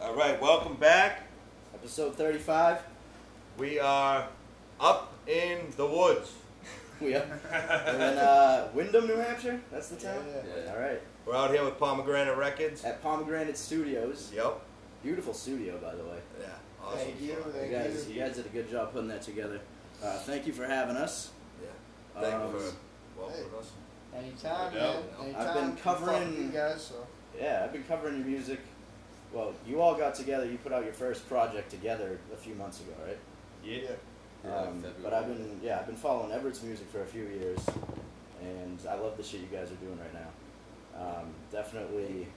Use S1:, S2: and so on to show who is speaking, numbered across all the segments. S1: All right, welcome back.
S2: Episode 35.
S1: We are up in the woods.
S2: We are we're in uh, Wyndham, New Hampshire. That's the town?
S3: Yeah.
S4: Yeah.
S2: All right.
S1: We're out here with Pomegranate Records.
S2: At Pomegranate Studios.
S1: Yep.
S2: Beautiful studio, by the way.
S1: Yeah. Awesome.
S3: Thank you.
S2: You
S3: Thank
S2: guys,
S3: you.
S2: you guys did a good job putting that together. Uh, thank you for having us.
S1: Yeah. Thank
S2: Um,
S1: you for welcoming us.
S3: Anytime,
S4: No
S3: man.
S4: doubt.
S3: Anytime.
S2: I've been
S3: We fuck with
S2: covering-
S3: you guys. So
S2: Yeah, I've been covering your music. Well, you all got together. You put out your first project together a few months ago, right?
S4: Yeah. Yeah,
S2: Um,
S4: February.
S2: but I've been yeah I've been following Everett's music for a few years, and I love the shit you guys are doing right now. Um, definitely,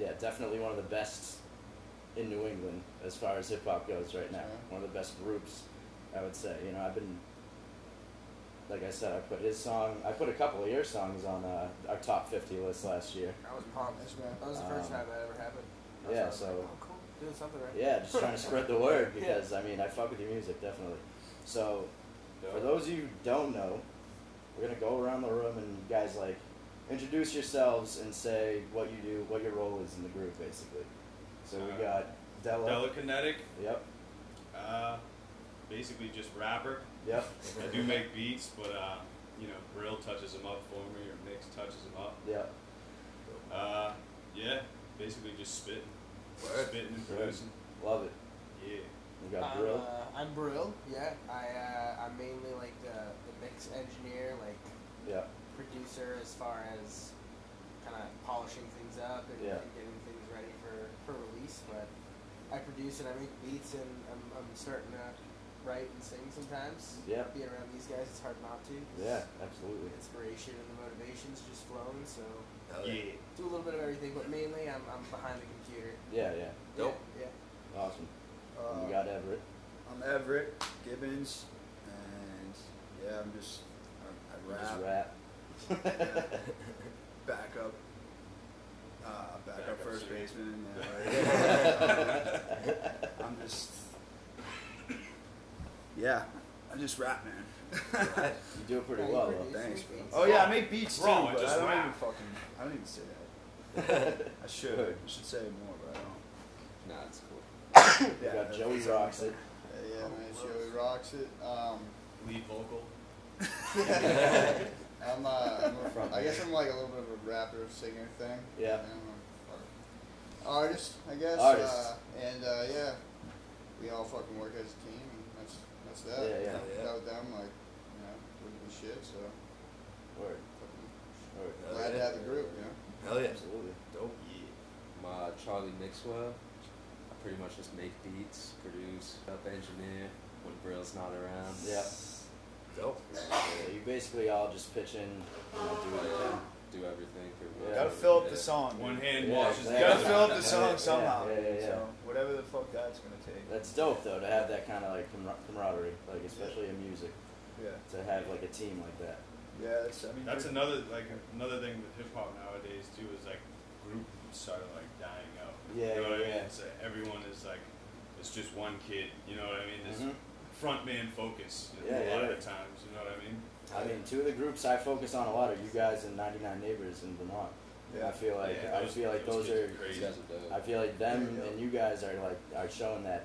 S2: yeah, definitely one of the best in New England as far as hip hop goes right now.
S3: Yeah.
S2: One of the best groups, I would say. You know, I've been like I said, I put his song, I put a couple of your songs on uh, our top fifty list last year.
S5: I was pumped.
S3: Yes, man.
S5: That was the first
S2: Um,
S5: time that ever happened. I was
S2: yeah,
S5: like,
S2: so-
S5: oh, cool. Doing something right.
S2: Yeah, just trying to spread the word because I mean I fuck with your music definitely. So For those of you who don't know, we're gonna go around the room and you guys like introduce yourselves and say what you do, what your role is in the group, basically. So we
S4: Alright.
S2: got Della.
S4: Delikinetic,
S2: Yep.
S4: uh, basically just rapper.
S2: Yep.
S4: I do make beats, but uh, you know, Grill touches them up for me, or Mix touches them up.
S2: Yep.
S4: Uh, yeah, basically just spitting,
S1: Word.
S4: spitting and
S2: Word.
S4: producing.
S2: Love it.
S4: Yeah.
S2: We got
S5: I'm,
S2: Brill.
S5: Uh, I'm Brill. Yeah. I uh, I'm mainly like the, the mix engineer, like
S2: Yep.
S5: producer, as far as kind of polishing things up and,
S2: Yeah.
S5: and getting things ready for for release. But I produce and I make beats, and I'm I'm starting to write and sing sometimes.
S2: Yeah.
S5: Being around these guys, it's hard not to. 'cause
S2: Yeah. Absolutely.
S5: The inspiration and the motivation's just flowing. So
S1: Hell
S4: Yeah.
S5: do a little bit of everything, but mainly I'm I'm behind the computer.
S2: Yeah. Yeah.
S1: Dope.
S5: Yeah. yeah.
S2: Awesome. And we
S3: uh,
S2: got Everett.
S3: I'm Everett Gibbons, and yeah, I'm just I,
S2: You
S3: I rap,
S2: Just rap.
S3: backup, uh, backup,
S4: Backup
S3: first
S4: singer.
S3: baseman. Yeah, right.
S2: yeah.
S3: I'm just yeah, I just rap, man.
S2: You do it pretty
S5: Yeah, you
S2: well.
S5: produce
S3: Thanks,
S5: your
S3: bro.
S5: beats.
S3: Oh yeah, I make beats too,
S4: Wrong, I
S3: but
S4: just
S3: I don't
S4: rap.
S3: even fucking. I don't even say that.
S2: though.
S3: I should.
S2: Good.
S3: I should say more, but I don't.
S4: Nah, it's cool.
S2: we got Joey rocks it.
S6: Uh, Yeah, yeah, man, Joey rocks it. Um,
S4: Lead vocal.
S6: I'm, uh, I'm
S2: Front
S6: a, I guess I'm like a little bit of a rapper singer thing.
S2: Yeah.
S6: And I'm a- artist, I guess.
S2: Artist.
S6: Uh, and uh, yeah, we all fucking work as a team. And that's that's that.
S2: Yeah, yeah.
S6: Without them, like, you know, wouldn't be shit. So
S2: Word.
S6: fucking
S2: Word.
S1: Hell
S6: glad to
S1: yeah.
S6: have the group. You know.
S1: Hell yeah.
S2: Absolutely.
S1: Dope.
S7: I'm uh, Charlie Mixwell. I pretty much just make beats, produce, up engineer when Brill's not around.
S2: Yeah.
S1: Dope.
S2: So you basically all just pitch in, you know, do what you can.
S7: Do everything pretty
S2: Yeah.
S7: much.
S3: Gotta fill up
S7: Yeah.
S3: the song. dude.
S4: One hand
S2: Yeah,
S4: washes
S2: exactly.
S3: You gotta
S4: the
S3: fill up
S4: other.
S3: the song
S2: Yeah,
S3: somehow.
S2: yeah, yeah, yeah.
S3: So whatever the fuck that's gonna take.
S2: That's dope though to have that kind of like camar- camaraderie, like especially in music,
S3: Yeah,
S2: to have like a team like that.
S3: yeah. That's, I mean,
S4: That's
S3: you're-
S4: another like another thing with hip hop nowadays too is like groups started like dying out.
S2: Yeah,
S4: you know what
S2: yeah,
S4: I mean?
S2: yeah.
S4: It's, uh, everyone is like, it's just one kid. You know what I mean? This
S2: Mhm.
S4: front man focus you know,
S2: Yeah,
S4: a lot
S2: yeah.
S4: of the times. You know what I mean?
S2: I mean, two of the groups I focus on a lot are you guys and 99 Neighbors in Vermont. And I
S3: Yeah.
S2: feel like
S4: Yeah,
S2: I
S4: those-
S2: feel like
S4: those
S2: those,
S4: kids
S2: are.
S4: are
S7: These
S4: crazy.
S7: guys are dope.
S2: I feel like them
S3: Yeah.
S2: and you guys are like are showing that,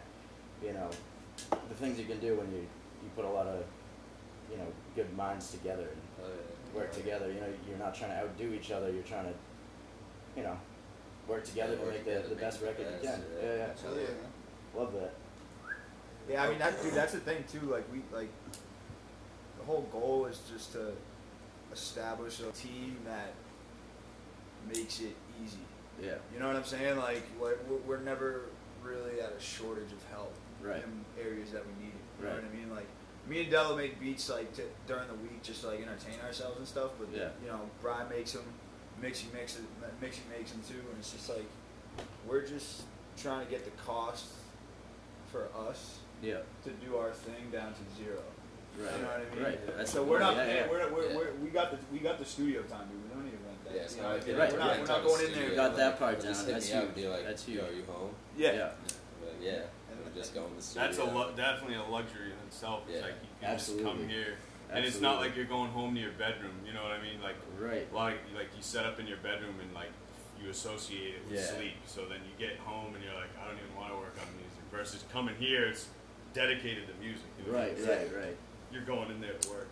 S2: you know, the things you can do when you you put a lot of, you know, good minds together and
S7: Oh, yeah.
S2: work together. You know, you're not trying to outdo each other. You're trying to, you know, work together
S7: Yeah,
S2: to
S7: work
S2: make the,
S7: together,
S2: the
S7: make
S2: best
S7: the
S2: record you
S7: best,
S2: can.
S7: yeah.
S2: Yeah, yeah.
S6: Hell yeah, man.
S2: Love that.
S3: Yeah, I mean, that, dude, that's the thing too. Like we like the whole goal is just to establish a team that makes it easy.
S2: Yeah.
S3: You know what I'm saying? Like we're, we're- we're never really at a shortage of help
S2: Right.
S3: in areas that we need it. You know
S2: Right.
S3: what I mean? Like me and Della make beats like t- during the week just to like entertain ourselves and stuff. But
S2: Yeah.
S3: you know, Brian makes them, Mixy makes it, Mixy makes them too, and it's just like we're just trying to get the cost for us
S2: Yeah.
S3: to do our thing down to zero.
S2: Right.
S3: You know what I mean?
S2: Right. That's
S3: so we're not
S2: yeah,
S3: paying.
S2: yeah.
S3: We're, we're,
S7: Yeah.
S3: we're, we got the we got the studio time, dude. We don't need to rent that.
S7: Yeah, it's
S3: You
S7: not
S3: know,
S7: like
S3: we're
S2: right,
S3: not,
S2: yeah,
S3: we're
S7: it's
S3: not
S7: not
S3: going
S7: a
S3: in there.
S2: You got that part
S7: Or Just
S2: down.
S7: hit
S2: That's
S7: me up and
S2: huge.
S7: be like,
S2: That's
S7: Yo,
S2: huge.
S7: you home?
S3: Yeah.
S2: Yeah.
S7: Like, yeah.
S3: And-
S7: And just go in the studio.
S4: That's a lu- definitely a luxury in itself. It's
S7: Yeah.
S4: like you can just
S2: Absolutely.
S4: come here, and it's not
S2: Absolutely.
S4: like you're going home to your bedroom. You know what I mean? Like
S2: Right.
S4: like like you set up in your bedroom and like you you associate it with
S7: Yeah.
S4: sleep. So then you get home and you're like, I don't even want to work on music. Versus coming here, it's dedicated to music. You know?
S2: Right,
S4: It's like,
S2: right, right.
S4: You're going in there to work.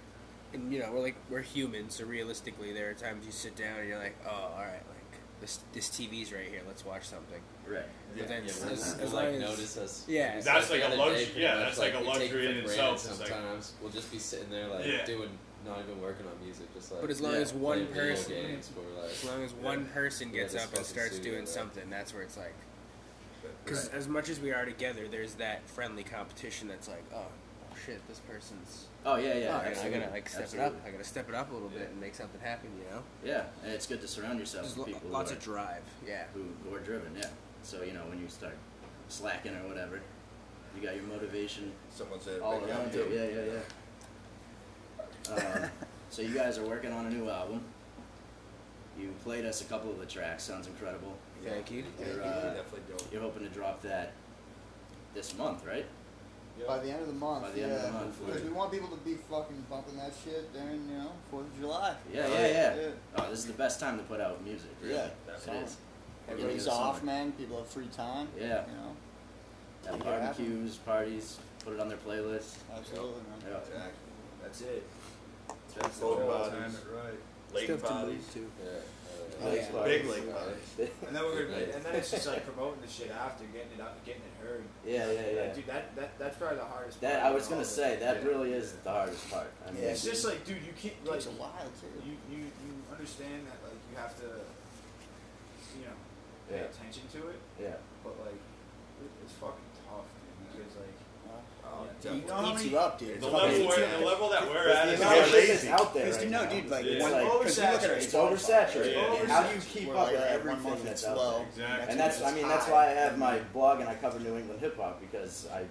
S5: And you know, we're like we're human, so realistically, there are times you sit down and you're like, oh, all right, like this this TV's right here. Let's watch something.
S2: Right.
S5: But then
S7: Yeah,
S5: as,
S7: we'll-
S5: as,
S7: we'll,
S5: long
S7: like
S5: as
S7: notice us.
S5: yeah.
S7: notice
S4: That's
S7: us
S4: like
S7: the
S4: a
S7: other
S4: lux-
S7: day pretty
S4: yeah,
S7: much,
S4: that's like a
S7: we take
S4: luxury
S7: for
S4: in
S7: granted
S4: itself, it's like-
S7: Sometimes we'll just be sitting there like
S4: Yeah.
S7: doing, not even working on music, just like.
S5: But as long
S2: Yeah,
S5: as one
S7: playing video
S5: person,
S7: games, we're like,
S5: as long as one person
S7: Yeah,
S5: gets
S7: this
S5: up and
S7: fucking
S5: starts
S7: studio,
S5: doing
S7: right.
S5: something, that's where it's like. Because as much as we are together, there's that friendly competition that's like, oh, shit, this person's.
S2: Oh yeah, yeah.
S5: oh, I gotta- I
S2: absolutely.
S5: gotta like step
S2: absolutely.
S5: it up. I gotta step it up a little
S7: Yeah.
S5: bit and make something happen. You know,
S2: Yeah, and it's good to surround yourself
S5: there's
S2: with
S5: lo-
S2: people who
S5: lots
S2: are,
S5: of drive. Yeah.
S2: who, who are driven. Yeah. So you know when you start slacking or whatever, you got your motivation
S8: Someone said
S2: all
S8: big
S2: around you.
S8: company.
S2: Yeah, yeah, yeah. Um, so you guys are working on a new album. You played us a couple of the tracks. Sounds incredible.
S5: Thank you.
S8: Yeah,
S2: You're,
S8: you
S2: uh,
S8: definitely don't.
S2: You're hoping to drop that this month, right?
S8: By the end of the month,
S2: By the
S8: yeah.
S2: end of the month,
S8: Because
S2: right.
S8: we want people to be fucking bumping that shit during, you know, Fourth of July.
S2: Yeah, yeah, yeah. Oh, this is the best time to put out music. Really.
S8: Yeah,
S2: it
S8: summer.
S2: is.
S8: Everybody's
S2: Yeah.
S8: off, man. People have free time.
S2: Yeah.
S8: You know,
S2: Have
S8: Make it happen.
S2: barbecues, parties, put it on their playlist.
S8: absolutely, man.
S2: Yeah.
S3: That's it.
S9: That's
S3: Full
S9: all
S3: bodies.
S9: time.
S4: Right.
S9: Late
S5: Stuff to
S9: bodies.
S5: move to.
S7: Yeah, uh,
S5: Oh, yeah.
S9: Big
S7: uh,
S9: late bodies.
S3: And then we're gonna,
S7: Right.
S3: and then it's just like promoting the shit after, getting it out, getting it heard.
S2: Yeah, yeah, yeah.
S3: Like, dude, that, that that's probably the hardest.
S2: That
S3: part
S2: I was
S3: of
S2: gonna
S3: all of it.
S2: say that
S3: Yeah.
S2: really is the hardest part. I mean,
S3: It's just like, dude, you can't
S8: It
S3: like
S8: takes a while too.
S3: you, you you understand that like you have to, you know, pay
S2: Yeah.
S3: attention to it,
S2: yeah,
S3: but like it, it's fucking tough, dude, because like
S8: Oh,
S3: Yeah.
S8: dude,
S3: You know how
S8: eats
S3: many-
S8: you up, dude.
S4: The
S8: It's fucking
S4: level,
S8: eats you
S4: we're,
S8: up.
S4: the level that we're
S8: It's
S4: at
S8: the
S4: is
S8: amount of
S4: very
S8: shit
S2: that's out there
S8: Because
S2: right
S8: you know,
S2: now.
S8: dude, like
S4: Yeah.
S8: one,
S2: It's
S8: because you look at our
S2: it's
S8: Spotify,
S2: oversaturated.
S4: Yeah.
S8: right?
S2: How do you keep
S8: We're
S2: up
S8: like
S2: with
S8: every
S2: everything
S8: month
S2: that's
S8: it's
S2: out
S8: low,
S2: there?
S4: Exactly.
S2: and that's I mean that's why I have my blog and I cover New England hip hop because I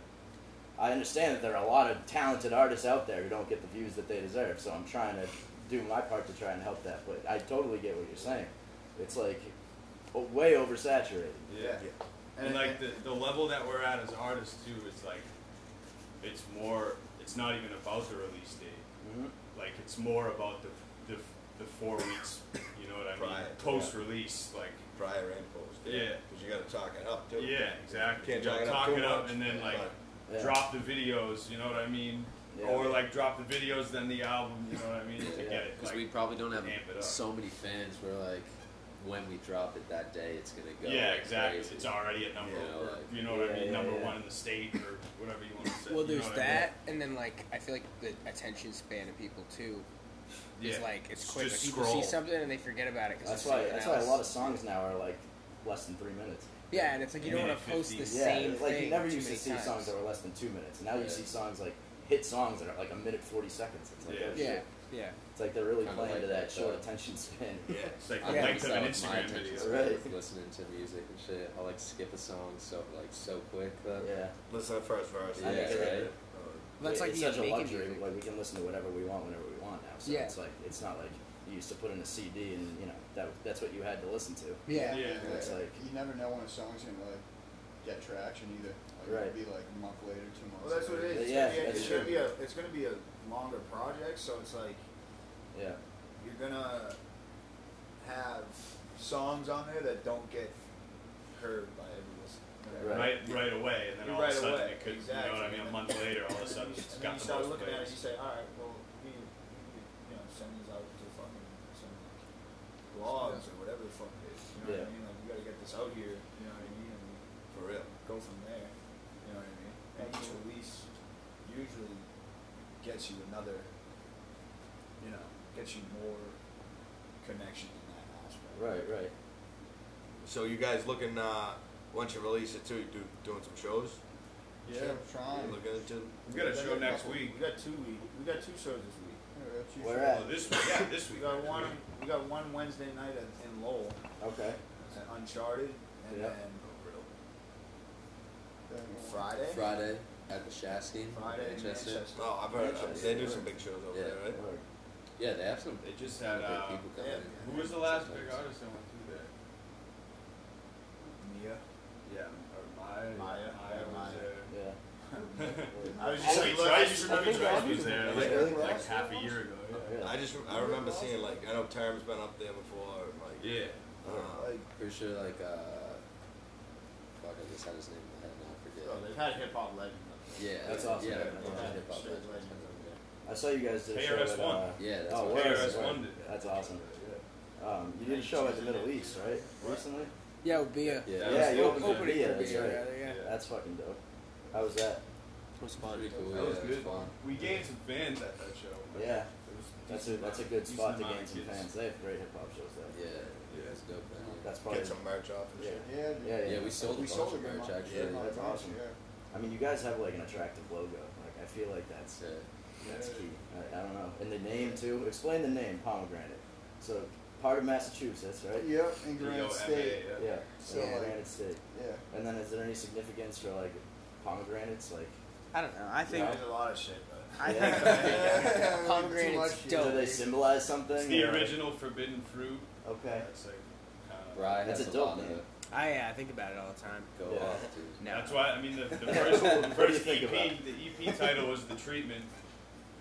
S2: I understand that there are a lot of talented artists out there who don't get the views that they deserve. So I'm trying to do my part to try and help that. But I totally get what you're saying. It's like o- way oversaturated.
S4: Yeah. And like the, the level that we're at as artists too is like it's more it's not even about the release date.
S2: hmm
S4: Like it's more about the the, the four weeks, you know what I mean?
S8: Prior, yeah.
S4: Post release, like
S8: prior and post.
S4: Yeah.
S8: Because you got to talk it up too.
S4: yeah, exactly.
S8: Can't
S4: You know,
S8: talk it up
S4: talk
S8: too
S4: it up
S8: much.
S4: and then like
S2: Yeah.
S4: drop the videos, you know what I mean?
S2: Yeah.
S4: Or like drop the videos then the album, you know what I mean? To
S2: Yeah.
S4: get it.
S7: Because
S4: Like,
S7: we probably don't have
S4: amp it up.
S7: so many fans. We're like, when we drop it that day, it's gonna go.
S4: yeah,
S7: like
S4: exactly.
S7: crazy.
S4: It's already at number
S7: You know, like,
S4: you know what
S2: Yeah,
S4: I mean,
S2: yeah,
S4: number
S2: yeah.
S4: one in the state or whatever you want to say.
S5: Well,
S4: you know
S5: there's
S4: what I mean?
S5: that, and then like I feel like the attention span of people too is
S4: Yeah.
S5: like it's
S4: Just
S5: quick. Like, people
S4: scroll.
S5: see something and they forget about it because
S2: That's why. That's why a lot of songs now are like less than three minutes.
S5: yeah, and it's like you don't
S4: Minute
S5: want to post the
S4: 50.
S2: Yeah,
S5: same
S2: like
S5: thing.
S2: you never
S5: too
S2: used to
S5: many
S2: see
S5: times.
S2: songs that were less than two minutes. Now you
S7: Yeah.
S2: see songs like hit songs that are like a minute forty seconds. It's like
S4: Yeah.
S2: oh,
S5: Yeah,
S2: shit.
S5: yeah.
S2: it's like they're really
S7: Kinda
S2: playing to
S7: like
S2: that short
S7: that.
S2: attention span.
S4: Yeah, it's like the
S7: I
S4: length of
S7: that
S4: an
S7: was my
S4: Instagram
S7: attention
S4: video.
S7: span
S2: Right.
S7: with Listening to music and shit, I like skip a song so like so quick. Though.
S2: yeah,
S8: Listen to the first verse.
S7: Yeah,
S2: Yeah,
S7: right.
S5: That's
S2: It-
S5: like
S2: it's
S5: the
S2: such a
S5: making
S2: luxury.
S5: music.
S2: Like we can listen to whatever we want whenever we want now. So
S5: Yeah.
S2: it's like it's not like you used to put in a CD and you know that that's what you had to listen to.
S5: Yeah.
S4: Yeah.
S2: It's like-
S8: you never know when a song's gonna like get traction either. Like,
S2: Right.
S8: It'll be like a month later, two months.
S3: Well, that's what it is.
S8: later.
S3: It's
S2: Yeah,
S3: gonna be a,
S2: that's
S3: it's gonna
S2: true.
S3: be a it's gonna be a longer project, so it's like
S2: Yeah,
S3: you're gonna have songs on there that don't get heard by every listener.
S2: Right.
S4: Right, right away, and then all
S3: Right
S4: of a sudden
S3: away,
S4: it could, you know what I
S3: exactly.
S4: mean, a month later, all of a sudden it's
S3: And then
S4: got
S3: you
S4: the
S3: start
S4: most
S3: looking at it, you
S4: plays.
S3: say, all right, well, we, we you know, send these out to fucking some blogs or whatever the fuck it is. You know
S2: Yeah.
S3: what I mean? Like, we gotta get this out here. You know what I mean? And we
S8: For real.
S3: go from there. You know what I mean? And each release usually gets you another, you know, gets you more connection in that aspect.
S2: right, right.
S1: So you guys looking uh once you release it too, you do doing some shows?
S8: Yeah. Trying.
S1: You looking into
S4: We got a show next
S3: couple-
S4: week.
S3: We got two week. We got two shows this week.
S2: Where
S4: Oh,
S2: at?
S4: this week, yeah, this
S3: We
S4: week.
S3: got
S4: actually.
S3: one. We got one Wednesday night at, in Lowell,
S2: Okay.
S3: at Uncharted, and
S2: Yeah.
S3: then
S8: Friday.
S3: Friday.
S7: Friday at the Shastine.
S3: Friday in
S7: Manchester.
S3: Manchester.
S1: Oh, I've heard uh, they do some big shows over
S7: Yeah.
S1: there, right?
S2: Word.
S7: Yeah, they have some
S4: They just
S7: big
S4: had, uh,
S7: people coming
S3: yeah.
S7: in.
S4: who was the last big
S7: Sometimes.
S4: artist that went through there?
S3: Mia.
S4: Yeah, or Maya.
S3: Maya.
S4: Maya was
S3: Maya.
S4: there.
S2: Yeah.
S3: I was
S4: Just
S3: just
S4: like
S3: like, look,
S4: Trice, you remember
S5: think
S4: Trice
S5: Robbie
S4: was
S5: was
S4: there
S2: there.
S4: like,
S2: Really?
S4: like half a year ago,
S2: Oh,
S4: yeah.
S2: really?
S1: I just rem- I remember seeing like I know Term's been up there before. Like
S4: Yeah,
S1: I Uh,
S10: Like,
S7: Pretty sure like uh, fuck, I just had his name in my head now. I forget.
S11: Oh, they've had hip hop legends.
S7: yeah,
S2: That's
S7: yeah,
S2: awesome.
S7: Yeah,
S2: That's
S7: a bunch of
S11: awesome.
S7: hip-hop
S11: Straight
S7: legends.
S11: legends over there.
S2: I saw you guys did a show
S4: KRS-One.
S2: at, uh,
S7: Yeah, that's
S2: oh,
S7: what
S2: where
S7: it
S2: is it?
S4: KRS-one
S2: Where-
S4: did.
S2: That's awesome. Um, you did a show at the Middle East, right? Recently?
S5: Yeah, beer.
S7: Yeah,
S2: Yeah,
S7: that was
S2: you
S7: cool.
S2: opened for Bia.
S7: Yeah.
S5: for
S2: That's
S5: Bia,
S2: right.
S5: rather, yeah.
S2: That's fucking dope. How was that?
S7: It was pretty cool.
S4: That
S7: yeah,
S4: was
S7: it
S4: good.
S7: fun.
S4: We gained some fans at that show.
S2: Yeah,
S4: It was
S2: that's a
S4: decent
S2: that's a
S4: amount-
S2: good
S4: decent
S2: spot to
S4: amount
S2: gain
S4: of
S2: some
S4: kids.
S2: fans. They have great hip hop shows there.
S7: Yeah, yeah, it's dope. Man.
S2: That's probably.
S1: get some merch off and
S2: Yeah.
S1: shit.
S3: Yeah, dude.
S2: Yeah, yeah.
S7: Yeah, we sold a
S3: we
S7: bunch
S3: sold
S7: of
S3: a good
S7: merch
S3: amount.
S7: actually.
S2: Yeah,
S3: Not
S2: that's
S3: much,
S2: awesome. I
S3: yeah.
S2: mean, you guys have like an attractive logo. Like I feel like that's
S7: Yeah.
S2: that's key. I, I don't know. And the name too. Explain the name pomegranate. So part of Massachusetts, right?
S3: Yep, in
S4: You
S3: Granite
S4: know,
S3: State.
S4: FAA,
S2: Yeah.
S3: So, like-
S2: pomegranate state.
S3: Yeah.
S2: And then is there any significance for like pomegranates? Like
S5: I don't know. I think
S2: Yeah.
S10: there's a lot of shit, but.
S5: I
S2: Yeah.
S5: think
S3: Too much
S5: pomegranate's
S3: shit.
S2: do
S5: dope.
S2: they symbolize something?
S4: It's the
S2: or-
S4: original forbidden fruit.
S2: Okay.
S4: That's like kinda-
S7: Rye
S2: That's
S7: has
S2: a
S7: a
S2: dope
S7: lot
S2: name.
S7: of
S5: I yeah, I think about it all the time.
S7: go
S2: Yeah.
S7: off, dude.
S5: No.
S4: That's why I mean the, the first,
S2: What do
S4: the
S2: you
S4: first
S2: think
S4: EP
S2: about?
S4: the EP title was the treatment.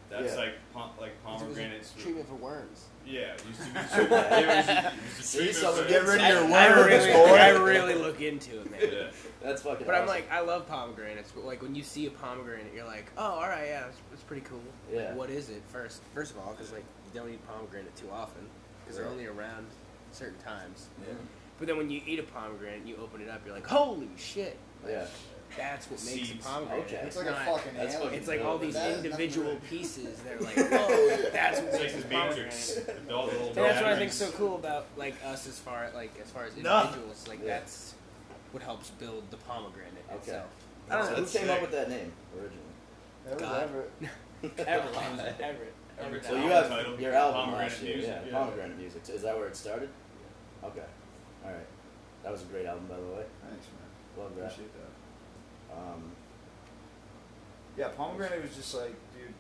S4: That's
S2: Yeah.
S4: like pom- like pomegranate
S5: It's a
S4: fruit.
S5: treatment for worms.
S4: Yeah, it used to be treatment. it was, it was a
S2: See,
S4: treatment
S2: someone
S4: for-
S2: get rid-
S5: I,
S2: your
S5: I
S2: worms,
S5: really,
S2: boy.
S5: I really look into it, man.
S4: Yeah.
S2: That's fucking.
S5: But I'm
S2: awesome.
S5: like, I love pomegranates. But like, when you see a pomegranate, you're like, oh, all right, yeah, it's, it's pretty cool.
S2: Yeah.
S5: What is it? First, first of all, because like you don't eat pomegranate too often, because they're
S2: Right.
S5: only around certain times.
S2: Yeah.
S5: But then when you eat a pomegranate, and you open it up, you're like, holy shit! Like,
S2: Yeah.
S5: That's what makes
S4: Seeds.
S5: a pomegranate.
S2: Okay.
S3: It's like a
S5: not-
S3: fucking
S2: that's
S3: alien.
S5: It's like all these
S3: That is
S5: individual
S3: nothing
S5: pieces. They're like, whoa, that's what
S4: It's
S5: makes
S4: like
S5: a
S4: the
S5: pomegranate.
S4: Matrix. The all the little
S5: And that's what I
S4: batteries.
S5: think's so cool about like us as far like as far as
S10: No.
S5: individuals. Like
S2: Yeah.
S5: that's what helps build the pomegranate
S2: Okay.
S5: itself.
S2: I don't know who
S4: That's
S2: came up
S4: sick.
S2: with that name originally.
S3: That was
S5: God.
S3: ever-
S5: Everett, Everett, Everett.
S4: Everett.
S2: So you
S4: album
S2: have
S4: title,
S2: your album
S4: Pomegranate
S2: last year,
S4: Music,
S2: yeah,
S4: yeah.
S2: Pomegranate Music. Is that where it started? Okay, all right. That was a great album, by the way.
S10: Thanks, man.
S2: Love that.
S10: Appreciate that.
S2: Um,
S10: Yeah, pomegranate was just like, dude,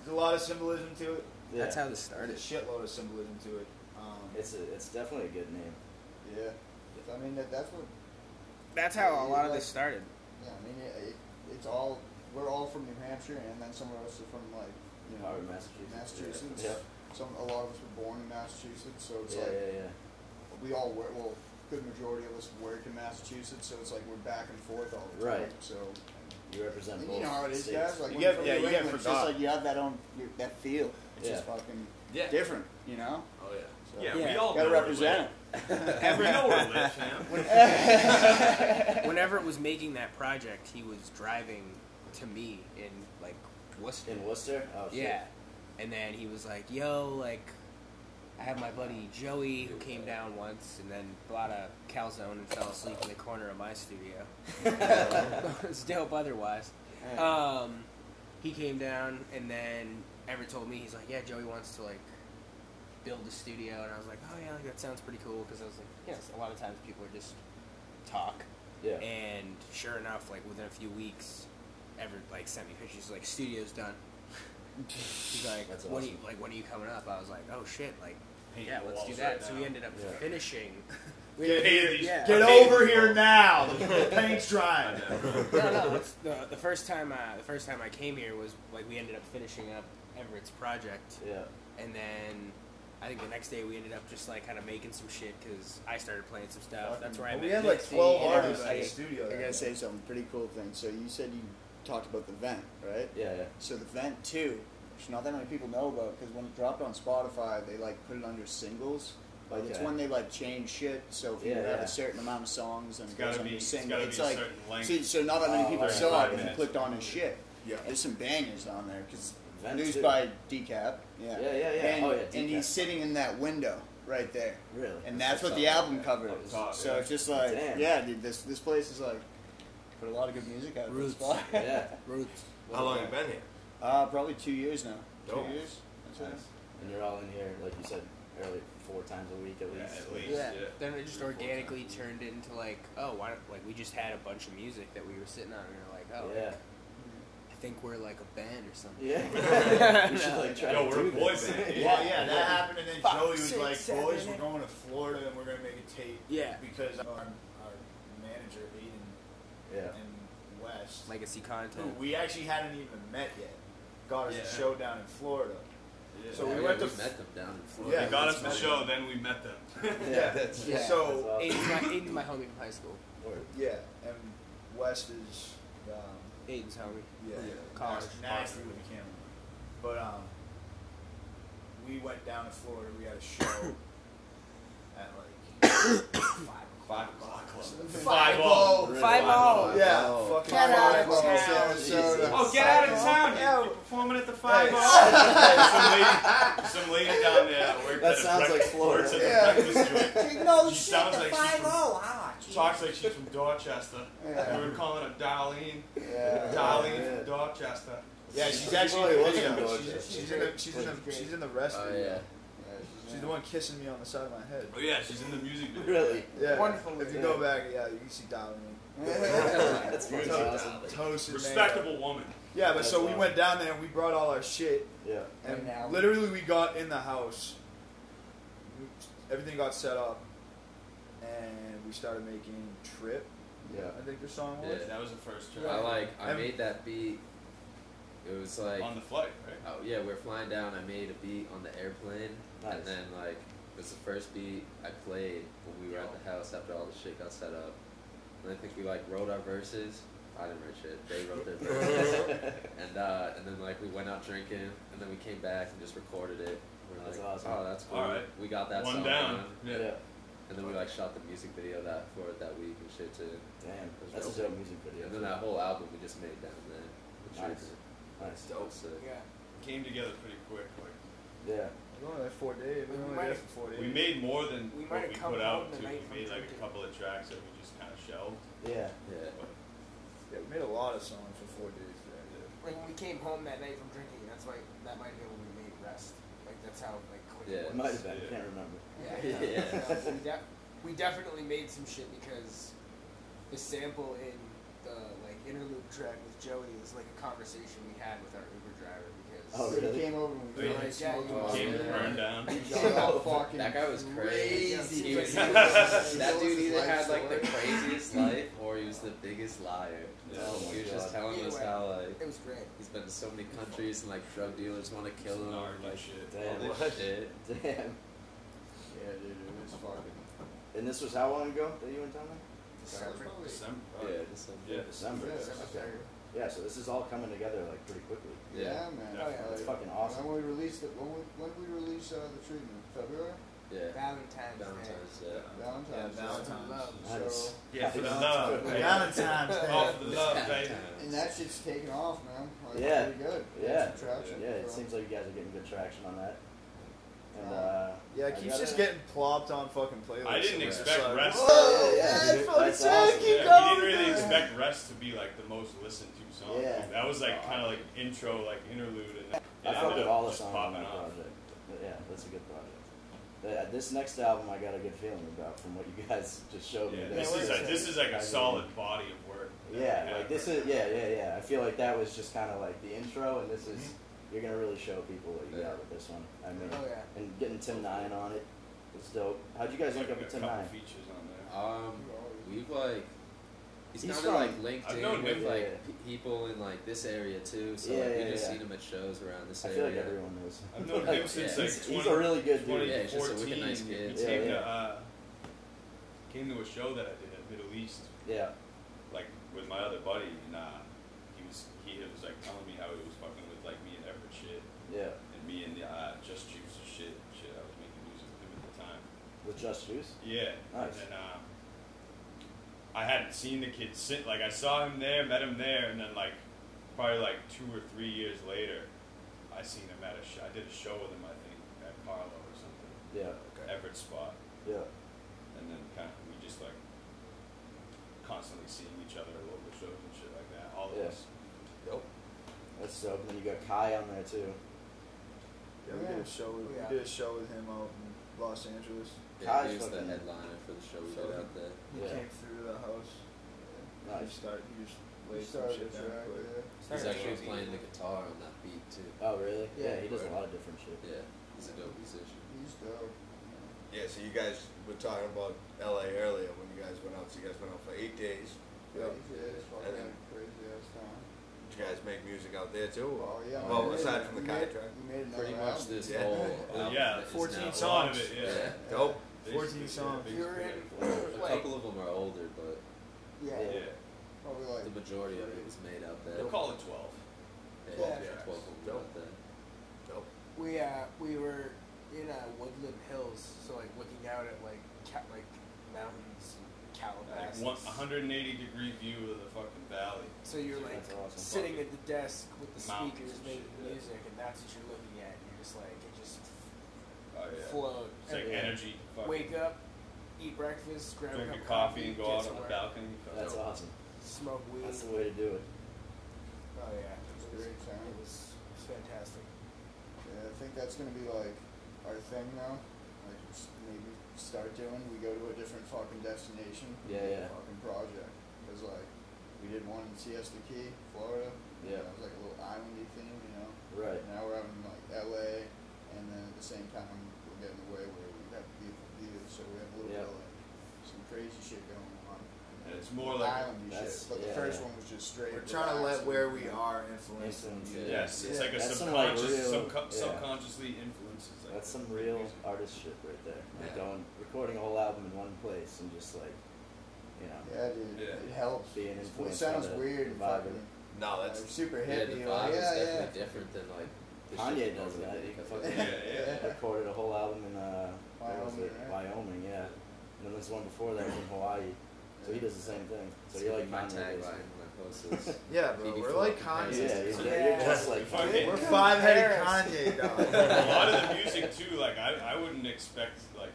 S10: there's a lot of symbolism to it.
S2: yeah,
S5: That's how this
S10: There's a
S5: started.
S10: shitload of symbolism to it. Um,
S2: it's a, it's definitely a good name.
S3: Yeah. I mean, that, that's what.
S5: That's how a lot of this started.
S3: Yeah, I mean, it, it, it's all. We're all from New Hampshire, and then some of us are from, like, you know,
S2: Harvard, Massachusetts.
S3: Massachusetts.
S2: Yeah,
S3: Some, a lot of us were born in Massachusetts, so it's
S2: yeah,
S3: like.
S2: yeah. yeah.
S3: we all work. Well, good majority of us work in Massachusetts, so it's like we're back and forth all the time.
S2: Right.
S3: So
S2: You represent
S3: and
S2: both
S3: you know how it is,
S2: states.
S3: guys. Like
S10: You get-
S3: when you're from
S10: yeah,
S3: New
S10: you get
S3: England, it's just
S10: forgot.
S3: like you have that own your, that feel. It's just
S2: Yeah.
S3: fucking
S1: Yeah.
S3: different, you know.
S1: Oh yeah.
S3: So,
S4: Yeah,
S5: Yeah.
S4: we all
S3: gotta
S4: know where to
S3: represent.
S4: live. Yeah, we know where to live, fam.
S5: Whenever it was making that project, he was driving to me in like Worcester.
S2: in Worcester. Oh shit.
S5: Yeah. And then he was like, yo, like, I have my buddy Joey who came down once and then bought a calzone and fell asleep in the corner of my studio. it's dope otherwise. Um, he came down and then Everett told me, he's like, yeah, Joey wants to, like, build a studio. And I was like, oh, yeah, like, that sounds pretty cool. Because I was like, yes, a lot of times people are just talk.
S2: Yeah.
S5: And sure enough, like within a few weeks, Everett like sent me pictures like studio's done. He's like,
S2: That's
S5: when are you
S2: awesome.
S5: like when are you coming up? I was like, oh shit, like
S4: Paint
S5: yeah,
S4: the
S5: let's do
S4: walls
S5: that.
S4: right
S5: so
S4: now.
S5: we ended up
S2: Yeah.
S5: finishing. We
S4: Get
S5: ended-
S4: here, these-
S5: yeah.
S10: Get
S4: Okay.
S10: over here now. The paint's dry.
S5: no, no. What's the, the first time I, the first time I came here was like we ended up finishing up Everett's project,
S2: Yeah.
S5: and then I think the next day we ended up just like kind of making some shit because I started playing some stuff. Oh, That's where I
S10: But
S5: met.
S10: we had like
S5: Dixie
S10: 12
S5: and
S10: artists at
S5: everybody.
S10: the studio.
S3: I
S10: that
S3: gotta
S10: night.
S3: say something pretty cool thing. So you said you talked about the vent, right?
S2: Yeah. Yeah.
S3: So the vent too, which not that many people know about, because when it dropped on Spotify, they like put it under singles. Like it's
S2: Okay.
S3: when they like change shit. So if you
S2: Yeah,
S3: have
S2: yeah.
S3: a certain amount of songs and
S4: It's
S3: it goes
S4: gotta be.
S3: under
S4: It's
S3: single,
S4: gotta be
S3: it's
S4: a
S3: like
S4: certain length.
S3: See, so not that
S2: Oh,
S3: many people
S2: right.
S3: saw it
S4: Five
S3: if you
S4: minutes.
S3: clicked on his shit.
S1: Yeah.
S3: There's some bangers on there because
S2: Vent
S3: produced
S2: too.
S3: by Decap. Yeah,
S2: Yeah, yeah, yeah.
S3: And,
S2: Oh, yeah,
S3: and
S2: Decap.
S3: he's sitting in that window right there,
S2: Really.
S3: and that's what the
S2: Up
S3: album cover
S4: Up
S3: is.
S4: top,
S3: So
S4: yeah.
S3: it's just like,
S2: Damn.
S3: yeah, dude, this this place is like put a lot of good music out of this
S5: Roots.
S3: spot.
S2: top. Yeah.
S5: Roots.
S1: How long you been here?
S3: Uh, probably two years now.
S1: Dope.
S3: Two years. That's it.
S2: And you're all in here, like you said, early four times a week at
S4: Yeah,
S2: least.
S4: at least.
S5: Yeah.
S4: Yeah.
S5: Then it just
S4: Three, four
S5: organically turned into like, oh, why don't, like we just had a bunch of music that we were sitting on, and we are like, oh,
S2: Yeah.
S5: I think we're like a band or something.
S2: Yeah. we should like try
S4: Yo,
S2: to
S4: we're
S2: do
S4: a boy
S2: this.
S4: band.
S10: Well, yeah, that happened, and then
S5: Five,
S10: Joey was
S5: six,
S10: like,
S5: seven,
S10: "Boys, we're
S5: eight."
S10: going to Florida, and we're gonna make a tape."
S5: Yeah.
S10: Because our, our manager Aiden
S2: Yeah.
S10: and West,
S5: Legacy
S10: who
S5: content.
S10: we actually hadn't even met yet, got us
S4: Yeah.
S10: a show down in Florida,
S7: So
S12: So
S7: we
S12: we went to
S7: met them down in Florida.
S4: They
S12: Yeah,
S4: got
S12: that's
S4: us the show, then we met them.
S2: Yeah,
S1: that's
S5: Yeah.
S12: so
S2: That's
S5: Aiden's my, Aiden's my homie from high school.
S2: Word.
S12: yeah, and West is um,
S5: Aiden's homie.
S12: yeah,
S5: College.
S3: Nasty with the camera. But um, we went down to Florida. We had a show at like five
S4: Five o'clock.
S3: Five
S12: oh,
S5: Five all.
S12: yeah,
S2: Oh.
S12: fucking
S3: Get out of
S12: five-oh,
S3: town.
S12: Sarasota.
S4: Oh, get out of town! You're, you're performing at the Five O. some, lady, some lady down there worked
S2: That
S4: at a
S2: sounds
S4: breakfast-
S2: like Florida.
S4: works at a
S12: Yeah.
S4: breakfast joint.
S3: No
S5: oh.
S4: She sounds like she's from,
S3: ah,
S4: talks like she's from Dorchester.
S12: Yeah.
S4: We were calling her Darlene.
S12: Yeah.
S4: Darlene
S2: yeah.
S4: from Dorchester.
S12: Yeah, she's
S2: She
S12: actually
S2: probably
S12: in the
S2: was
S12: video.
S2: from Georgia.
S12: She's, she's in the she's in the she's in the rest
S7: Oh
S12: video.
S7: yeah.
S12: She's the one kissing me on the side of my head.
S4: Oh yeah, she's in the music video.
S2: Really?
S12: Yeah.
S8: Wonderful
S12: If you
S2: video.
S12: go back, yeah, you can see Dolly.
S2: That's
S12: Toasted
S2: fucking awesome.
S12: man.
S4: Respectable woman.
S12: Yeah, but
S2: That's
S12: so we
S2: awesome.
S12: went down there and we brought all our shit
S2: Yeah.
S12: and
S8: Right now.
S12: literally we got in the house. We- Everything got set up and we started making Trip,
S2: Yeah.
S12: I think the song was.
S7: Yeah.
S4: That was the first track.
S7: I like. I
S12: And-
S7: made that beat. It was like.
S4: On the flight, right?
S7: Oh yeah, we were flying down. I made a beat on the airplane,
S2: Nice.
S7: and then like it was the first beat I played when we were at the house after all the shit got set up. And I think we like wrote our verses. I didn't write shit. They wrote their verses, and uh, and then like we went out drinking, and then we came back and just recorded it. We We're
S2: That's
S7: like,
S2: awesome.
S7: oh, that's cool.
S4: Alright.
S7: We got that
S4: One
S7: song
S4: down.
S7: done."
S4: Yeah.
S2: yeah.
S7: and then we like shot the music video that for it that week and shit too.
S2: Damn. That's a dope music video.
S7: And then that whole album we just made down there.
S2: Nice. Nice.
S7: Dope. So,
S4: Came together pretty quick. Like,
S2: Yeah.
S12: We were only there four days. We
S5: We
S12: were only there
S5: might have-
S12: for four days.
S4: we made more than
S5: We might
S4: what
S5: have
S4: we
S5: come
S4: put
S5: home
S4: out
S5: the
S4: too.
S5: night
S4: We made
S5: from
S4: like a
S5: drinking.
S4: couple of tracks that we just kind of shelved.
S2: Yeah.
S7: yeah.
S12: yeah, we made a lot of songs for four days there.
S5: Like when we came home that night from drinking, that's like that might have been when we made rest. Like that's how like quick
S7: Yeah.
S2: It
S5: it was.
S2: might have been.
S4: Yeah.
S2: Can't remember.
S5: Yeah.
S7: Yeah.
S5: So we, de- we definitely made some shit because the sample in the like interlude track with Joey was like a conversation we had with our Uber driver because
S2: Oh, really?
S8: He came over and we
S4: Yeah.
S8: were like,
S5: Yeah,
S8: smoked
S5: you
S8: him.
S4: Came
S7: yeah.
S4: and burned down.
S8: We got all fucking
S7: That guy was crazy.
S8: crazy.
S7: He was-
S8: Like,
S7: that
S8: was
S7: dude
S8: his
S7: either
S8: life
S7: had like the
S8: story.
S7: craziest life or he was the biggest liar.
S4: Yeah.
S2: Oh my
S7: he was just
S2: God.
S7: telling us how like
S5: it was great.
S7: he's been to so many countries and like drug dealers want to kill him.
S4: Snark
S7: Like,
S4: and shit.
S2: Damn.
S7: all this shit.
S2: Damn.
S8: Yeah, dude, it was fucking.
S2: And this was how long ago that you went down
S8: December.
S4: December.
S7: Yeah.
S4: Yeah.
S7: just some-
S4: Yeah.
S2: there? December.
S8: Yeah,
S2: Okay. Yeah. So this is all coming together like pretty quickly.
S7: Yeah.
S8: Yeah, man.
S4: Oh, yeah.
S8: Like,
S2: That's fucking awesome.
S8: When we released it, when we, when did we release uh, the treatment? February?
S7: Yeah.
S5: Valentine's Day.
S7: Valentine's Day.
S8: Valentine's.
S12: Yeah,
S8: Day.
S12: Valentine's.
S5: Love.
S2: Nice.
S8: So,
S4: Yeah, for the
S2: Nice.
S4: love,
S2: Good.
S4: baby.
S12: Valentine's Day.
S4: Oh, for the love, baby.
S8: and that shit's taking off, man. Like,
S2: Yeah.
S8: Pretty good.
S2: Yeah.
S8: Some traction.
S2: Yeah, it
S8: So,
S2: seems like you guys are getting good traction on that. And uh,
S12: Yeah,
S2: I
S12: it keeps
S2: gotta-
S12: just getting plopped on fucking playlists.
S4: I didn't
S12: somewhere.
S4: expect
S12: So-
S4: rest.
S12: Whoa,
S2: Yeah, yeah,
S12: yeah,
S2: dude,
S12: fucking
S2: that's
S12: sick,
S2: awesome.
S12: keep
S4: Yeah,
S12: going,
S4: we didn't really
S12: man.
S4: expect Rest to be like the most listened to song.
S2: Yeah.
S4: That was
S2: Oh,
S4: like kind of like intro, like interlude, and then it
S2: I fuck
S4: ended
S2: with
S4: up
S2: all the
S4: just
S2: songs on
S4: popping
S2: that
S4: off.
S2: project. But yeah, that's a good project. But, uh, this next album, I got a good feeling about from what you guys just showed
S4: Yeah,
S2: me.
S4: this
S2: That's
S4: is
S2: just
S4: like, this is like
S2: I
S4: a
S2: mean,
S4: solid body of work. that we
S2: Yeah,
S4: have
S2: like this
S4: right
S2: is yeah, yeah, yeah. I feel like that was just kind of like the intro, and this is you're gonna really show people what you
S7: Yeah.
S2: got with this one. I mean,
S5: Oh yeah.
S2: and getting Tim Nine on it was dope. How'd you guys
S4: now.
S2: link up
S4: We
S2: with
S4: got
S2: Tim
S4: a couple
S2: Nine?
S4: features on there.
S7: Um,
S8: Oh,
S7: we've like he's,
S2: He's
S7: kind of like
S2: from-
S7: linked
S4: I've
S7: in
S4: known
S7: with
S2: him.
S7: like
S2: Yeah.
S7: pe- people in like this area too. So
S2: Yeah,
S7: like, we
S2: yeah,
S7: just
S2: yeah.
S7: seen him at shows around this
S2: I
S7: area.
S2: feel like everyone knows.
S4: I've known him since
S7: Yeah.
S4: like
S2: he's,
S4: 20,
S2: he's a really good dude.
S4: 2014.
S7: Yeah, he's just a wicked nice kid.
S4: He
S2: Yeah,
S4: came
S2: yeah.
S4: to uh, came to a show that I did at Middle East,
S2: Yeah,
S4: like with my other buddy, and uh, he was he was like telling me how he was fucking with like me and Everett shit,
S2: yeah.
S4: and me and uh, Just Juice and shit, shit. I was making music with him at the time.
S2: With Just Juice.
S4: Yeah.
S2: Nice.
S4: And uh, I hadn't seen the kid since. Like I saw him there, met him there, and then like probably like two or three years later, I seen him at a sh- I did a show with him. I think at Carlo or something,
S2: Yeah,
S4: Everett spot,
S2: yeah.
S4: and then kind of we just like constantly seeing each other at local shows and shit like that. All of
S2: Yeah.
S4: us.
S2: That's dope. And then you got Kai on there too.
S12: Yeah, we did a show. With,
S5: Yeah.
S12: We did a show with him out in Los Angeles.
S7: Yeah,
S2: Kai's
S7: he was the
S2: fucking-
S7: headliner for the show we
S12: So-
S7: did out there.
S12: He
S2: Yeah.
S12: came through the house. He
S2: Nice.
S12: started. He just
S8: We
S12: laid some
S8: started
S12: shit
S8: the
S12: down.
S8: track,
S12: quick.
S8: yeah.
S7: He's
S5: Sorry.
S7: actually playing the guitar on that beat too.
S2: Oh really? Yeah,
S8: Yeah,
S2: he does a
S7: right.
S2: lot of different shit.
S7: Yeah, he's a dope musician.
S8: He's dope.
S1: Yeah, so you guys were talking about LA earlier when you guys went out. So you guys went out for eight days.
S8: Crazy ass,
S1: And
S8: fucking
S1: then-
S8: crazy ass town.
S1: you guys make music out there too? or-
S8: Oh yeah.
S1: Well,
S8: we
S1: aside
S8: made-
S1: from the
S8: we made-
S1: contract.
S8: we made
S7: Pretty
S8: another
S7: much
S8: album.
S7: this
S1: Yeah.
S7: whole
S4: Well,
S7: album
S4: yeah,
S7: is
S12: 14
S7: now-
S4: A lot of it,
S7: Yeah.
S4: yeah.
S1: Dope.
S12: 14
S4: Basically,
S12: songs.
S4: yeah,
S8: You're
S4: basically,
S7: A couple of them are older, but
S8: Yeah.
S4: yeah.
S8: Probably like
S7: the majority of it was made out there.
S4: We'll call it 12.
S7: Yeah,
S8: Yeah.
S7: twelve of them out there.
S1: Dope.
S5: We uh we were in uh, Woodland Hills, so like looking out at like ca- like mountains and
S4: Like
S5: Calabasas.
S4: one, 180 degree view of the fucking valley.
S5: So you're
S2: Shit,
S5: like
S2: that's awesome.
S5: sitting at the desk with the
S4: Mountains
S5: speakers
S4: and
S5: making
S4: shit, yeah.
S5: music, and that's what you're looking at. You're just like it just
S4: Oh, yeah.
S5: flowed.
S4: It's like
S2: Yeah.
S4: energy. Fucking
S5: Wake up, eat breakfast, grab
S4: drink
S5: a
S4: a
S5: cup of
S4: coffee and go
S5: get
S4: out on the
S5: somewhere,
S4: balcony.
S2: That's awesome.
S5: Smoke weed.
S2: That's the way to do it.
S5: Oh yeah,
S8: It's
S5: it
S8: a
S5: was,
S8: great time.
S5: it was fantastic.
S8: Yeah, I think that's gonna be like our thing now. Like s- maybe start doing. We go to a different fucking destination.
S2: Yeah,
S8: do a
S2: yeah.
S8: Fucking project. Cause like we did one in Siesta Key, Florida.
S2: Yeah.
S8: That was like a little islandy thing, you know.
S2: Right.
S8: Now we're out in like L.A. and then at the same time we're getting away where we have beautiful views. So we have a little
S2: Yeah.
S8: bit of like some crazy shit going on.
S4: And it's more like-
S8: islandy
S2: That's-
S8: shit. But
S2: yeah,
S8: the first
S2: yeah.
S8: one was just straight.
S3: We're trying to let
S8: relaxed.
S3: where we are influence the
S2: Influence
S3: music.
S2: it.
S4: Yes, it's
S8: Yeah.
S4: like a
S2: That's some, like,
S4: subconscious,
S2: real-
S4: subco-
S2: yeah.
S4: subconsciously influences. Like,
S2: That's some
S4: the
S2: real
S4: music.
S2: artist shit right there. Like
S7: Yeah.
S2: going recording a whole album in one place and just like, you know,
S8: Yeah, dude.
S4: Yeah.
S8: It helps.
S2: being
S8: It's-
S2: influenced.
S8: It sounds
S2: by the
S8: weird and
S2: vibe of
S8: fucking
S2: it.
S1: No,
S8: like,
S1: Oh, that's
S8: super
S7: Yeah, the
S8: hippie.
S7: vibe
S8: like,
S7: is
S8: yeah, yeah.
S7: definitely different than like the shit
S2: Kanye
S7: we
S2: does
S7: normally
S2: that.
S7: make. I
S2: Yeah.
S7: fucking-
S4: Yeah, yeah.
S2: recorded a whole album in uh, where was
S8: Wyoming,
S2: it?
S8: right?
S2: Wyoming, yeah. And then there's one before that was in Hawaii. So he does the same thing. So
S7: It's
S2: you're
S7: gonna
S2: like
S7: be my
S2: Kanye,
S7: tagline
S2: basically.
S7: when I post this.
S3: Yeah, bro,
S7: Phoebe
S3: we're like
S2: Yeah,
S3: Kanye.
S7: Phillips.
S2: you're,
S5: Yeah.
S2: you're just like
S4: Fuck it.
S3: We're
S4: Yeah.
S3: five headed
S5: Paris.
S3: Kanye,
S4: a
S3: dog.
S4: lot of the music too. Like I, I wouldn't expect like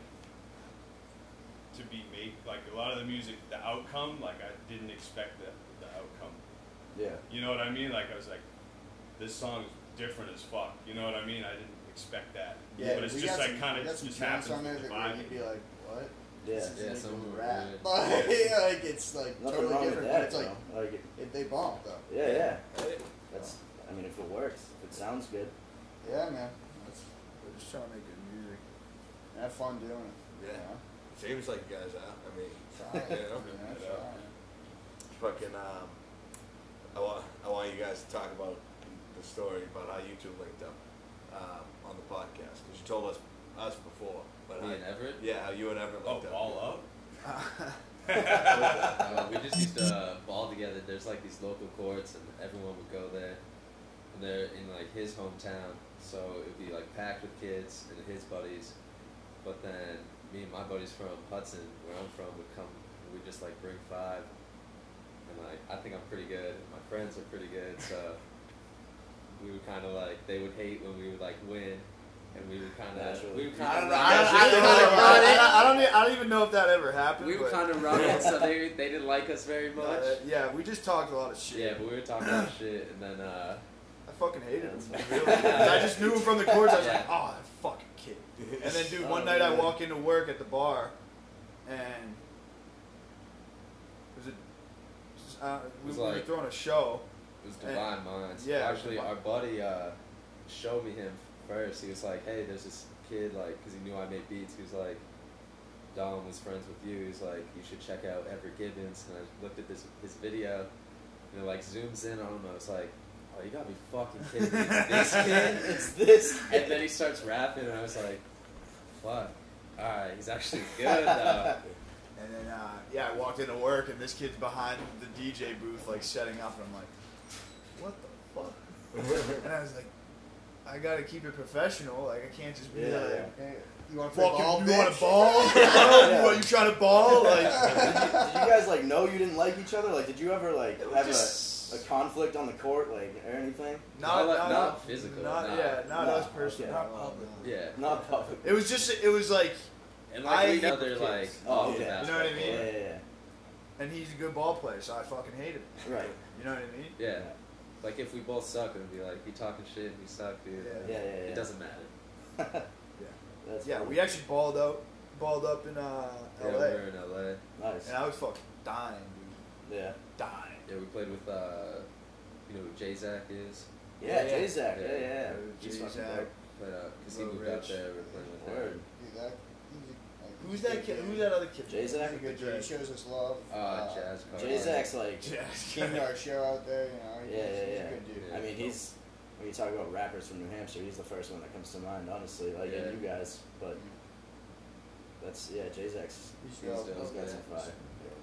S4: to be made. Like a lot of the music, the outcome. Like I didn't expect the the outcome.
S2: yeah.
S4: You know what I mean? Like I was like, this song is different as fuck. You know what I mean? I didn't expect that.
S8: Yeah,
S4: but it's
S8: we
S4: just
S8: got
S4: like
S8: some-
S4: kind
S8: we
S4: of
S8: got some
S4: just
S8: tracks
S4: happens.
S8: on there
S4: with the
S8: that where
S4: vibe.
S8: you'd be like, what?
S2: Yeah.
S8: This
S7: Yeah,
S8: isn't
S7: some
S8: even
S7: were
S8: rap.
S7: good.
S8: like it's like
S2: Nothing
S8: totally
S2: wrong
S8: different,
S2: with
S8: but
S2: that.
S8: it's like
S2: though. Like,
S8: if they bump though.
S2: yeah, yeah. That's. I mean, if it works, if it sounds good.
S8: Yeah, man.
S3: We're just trying to make good music.
S8: Have fun doing it.
S1: yeah. Seems like you guys are. I mean,
S8: Try it.
S1: Yeah.
S8: You know, try it.
S1: fucking. Um, I want I want you guys to talk about the story about how you two linked up um, on the podcast because you told us us before, but
S7: Me
S1: how-
S7: and Everett.
S1: yeah, how you and Everett
S4: Oh,
S1: linked up.
S4: ball up.
S7: Uh, we just used to ball together. There's like these local courts, and everyone would go there. And they're in like his hometown, so it'd be like packed with kids and his buddies. But then me and my buddies from Hudson, where I'm from, would come. and We'd just like bring five, and like I think I'm pretty good. and My friends are pretty good, so we would kind of like they would hate when we would like win, and we would kind of we
S2: Naturally.
S7: would kind of
S3: I don't, I, don't, I, don't, I,
S8: e,
S3: don't, I, don't, I don't even know if that ever happened.
S7: we were
S3: but,
S7: kind of running, so they they didn't like us very much.
S3: uh, yeah, we just talked a lot of shit.
S7: Yeah, but we were talking about shit, and then uh,
S3: I fucking hated him.
S2: That's fine.
S3: Really. 'Cause I just knew him from the courts. I was like,
S7: Yeah.
S3: oh, that fucking kid. And then, dude, one
S2: Oh,
S3: night I
S2: really?
S3: walk into work at the bar, and it was a, uh, we,
S7: was
S3: we were
S7: like-
S3: throwing a show.
S7: it was Divine Minds.
S3: Eh, yeah,
S7: actually,
S3: Divine-
S7: our buddy uh, showed me him first. He was like, "Hey, there's this kid like, because he knew I made beats. He was like, Dom was friends with you. He's like, you should check out Everett Gibbons." And I looked at this his video, and it like zooms in on him. I was like, "Oh, you gotta be fucking kidding me! It's this kid."
S2: it's this.
S7: And then he starts rapping, and I was like, "Fuck! All right, he's actually good though."
S3: And then, uh, yeah, I walked into work, and this kid's behind the DJ booth, like setting up, and I'm like, what the fuck? and I was like, I gotta keep it professional. Like, I can't just be
S2: Yeah,
S3: like,
S2: yeah.
S8: Hey, you want to play ball?
S3: fucking, you want
S8: bitch?
S3: to ball? Bro, Are you trying to ball? Like,
S2: did, you, did you guys like know you didn't like each other? Like, did you ever like
S3: it was
S2: have
S3: just
S2: a, a conflict on the court, like or anything?
S3: not,
S7: Not-
S3: not,
S7: not physical,
S3: Not,
S7: not-
S3: yeah, not
S2: no,
S3: us personally.
S2: okay.
S3: not
S8: Oh,
S3: public.
S8: no.
S7: Yeah.
S2: Not public.
S3: It was just, it was like,
S7: And like
S3: I
S7: we know
S3: hate
S7: they're
S3: kids.
S7: like
S2: Oh,
S7: off
S2: okay.
S7: the
S2: You know
S7: basketball
S3: what I mean?
S2: Yeah,
S7: court.
S2: yeah,
S3: and he's a good ball player, so I fucking hate him.
S2: yeah. Right.
S3: You know what I mean?
S7: Yeah. Like if we both suck, it'd be like you talking shit and you suck, dude.
S3: Yeah.
S2: Yeah, yeah, yeah.
S7: It doesn't matter.
S2: That's
S3: Yeah,
S2: funny.
S3: we actually balled out, balled up in uh,
S7: Yeah,
S3: L.A.
S7: we were in LA.
S2: Nice.
S3: And I was fucking dying, dude.
S2: Yeah.
S3: Dying.
S7: Yeah, we played with uh you know who Jay Zach is.
S2: Yeah,
S3: Yeah.
S2: Jay Zach. Yeah,
S7: Yeah.
S2: yeah. yeah.
S3: Dude,
S2: He's
S3: Jay
S2: fucking
S3: Zach.
S2: dope.
S7: But because he
S3: Lil
S7: moved
S3: Rich.
S7: out there, we we're playing with him.
S2: Word.
S8: Dude, that, he's a- like,
S3: Who's that kid? Who's that other kid?
S2: Jay Zach.
S8: Good He shows us love.
S7: Uh, Jazz Card.
S2: Jay Zach's like,
S8: Came to our show out there, you know.
S2: yeah,
S8: He's,
S2: yeah,
S8: he's
S2: yeah.
S8: a good dude.
S2: I mean, he's when you talk about rappers from New Hampshire, he's the first one that comes to mind, honestly. Like
S7: Yeah.
S2: and you guys, but that's yeah, Jay Zach's.
S8: He's
S2: Those
S8: dope.
S2: those guys
S7: yeah.
S2: are fire.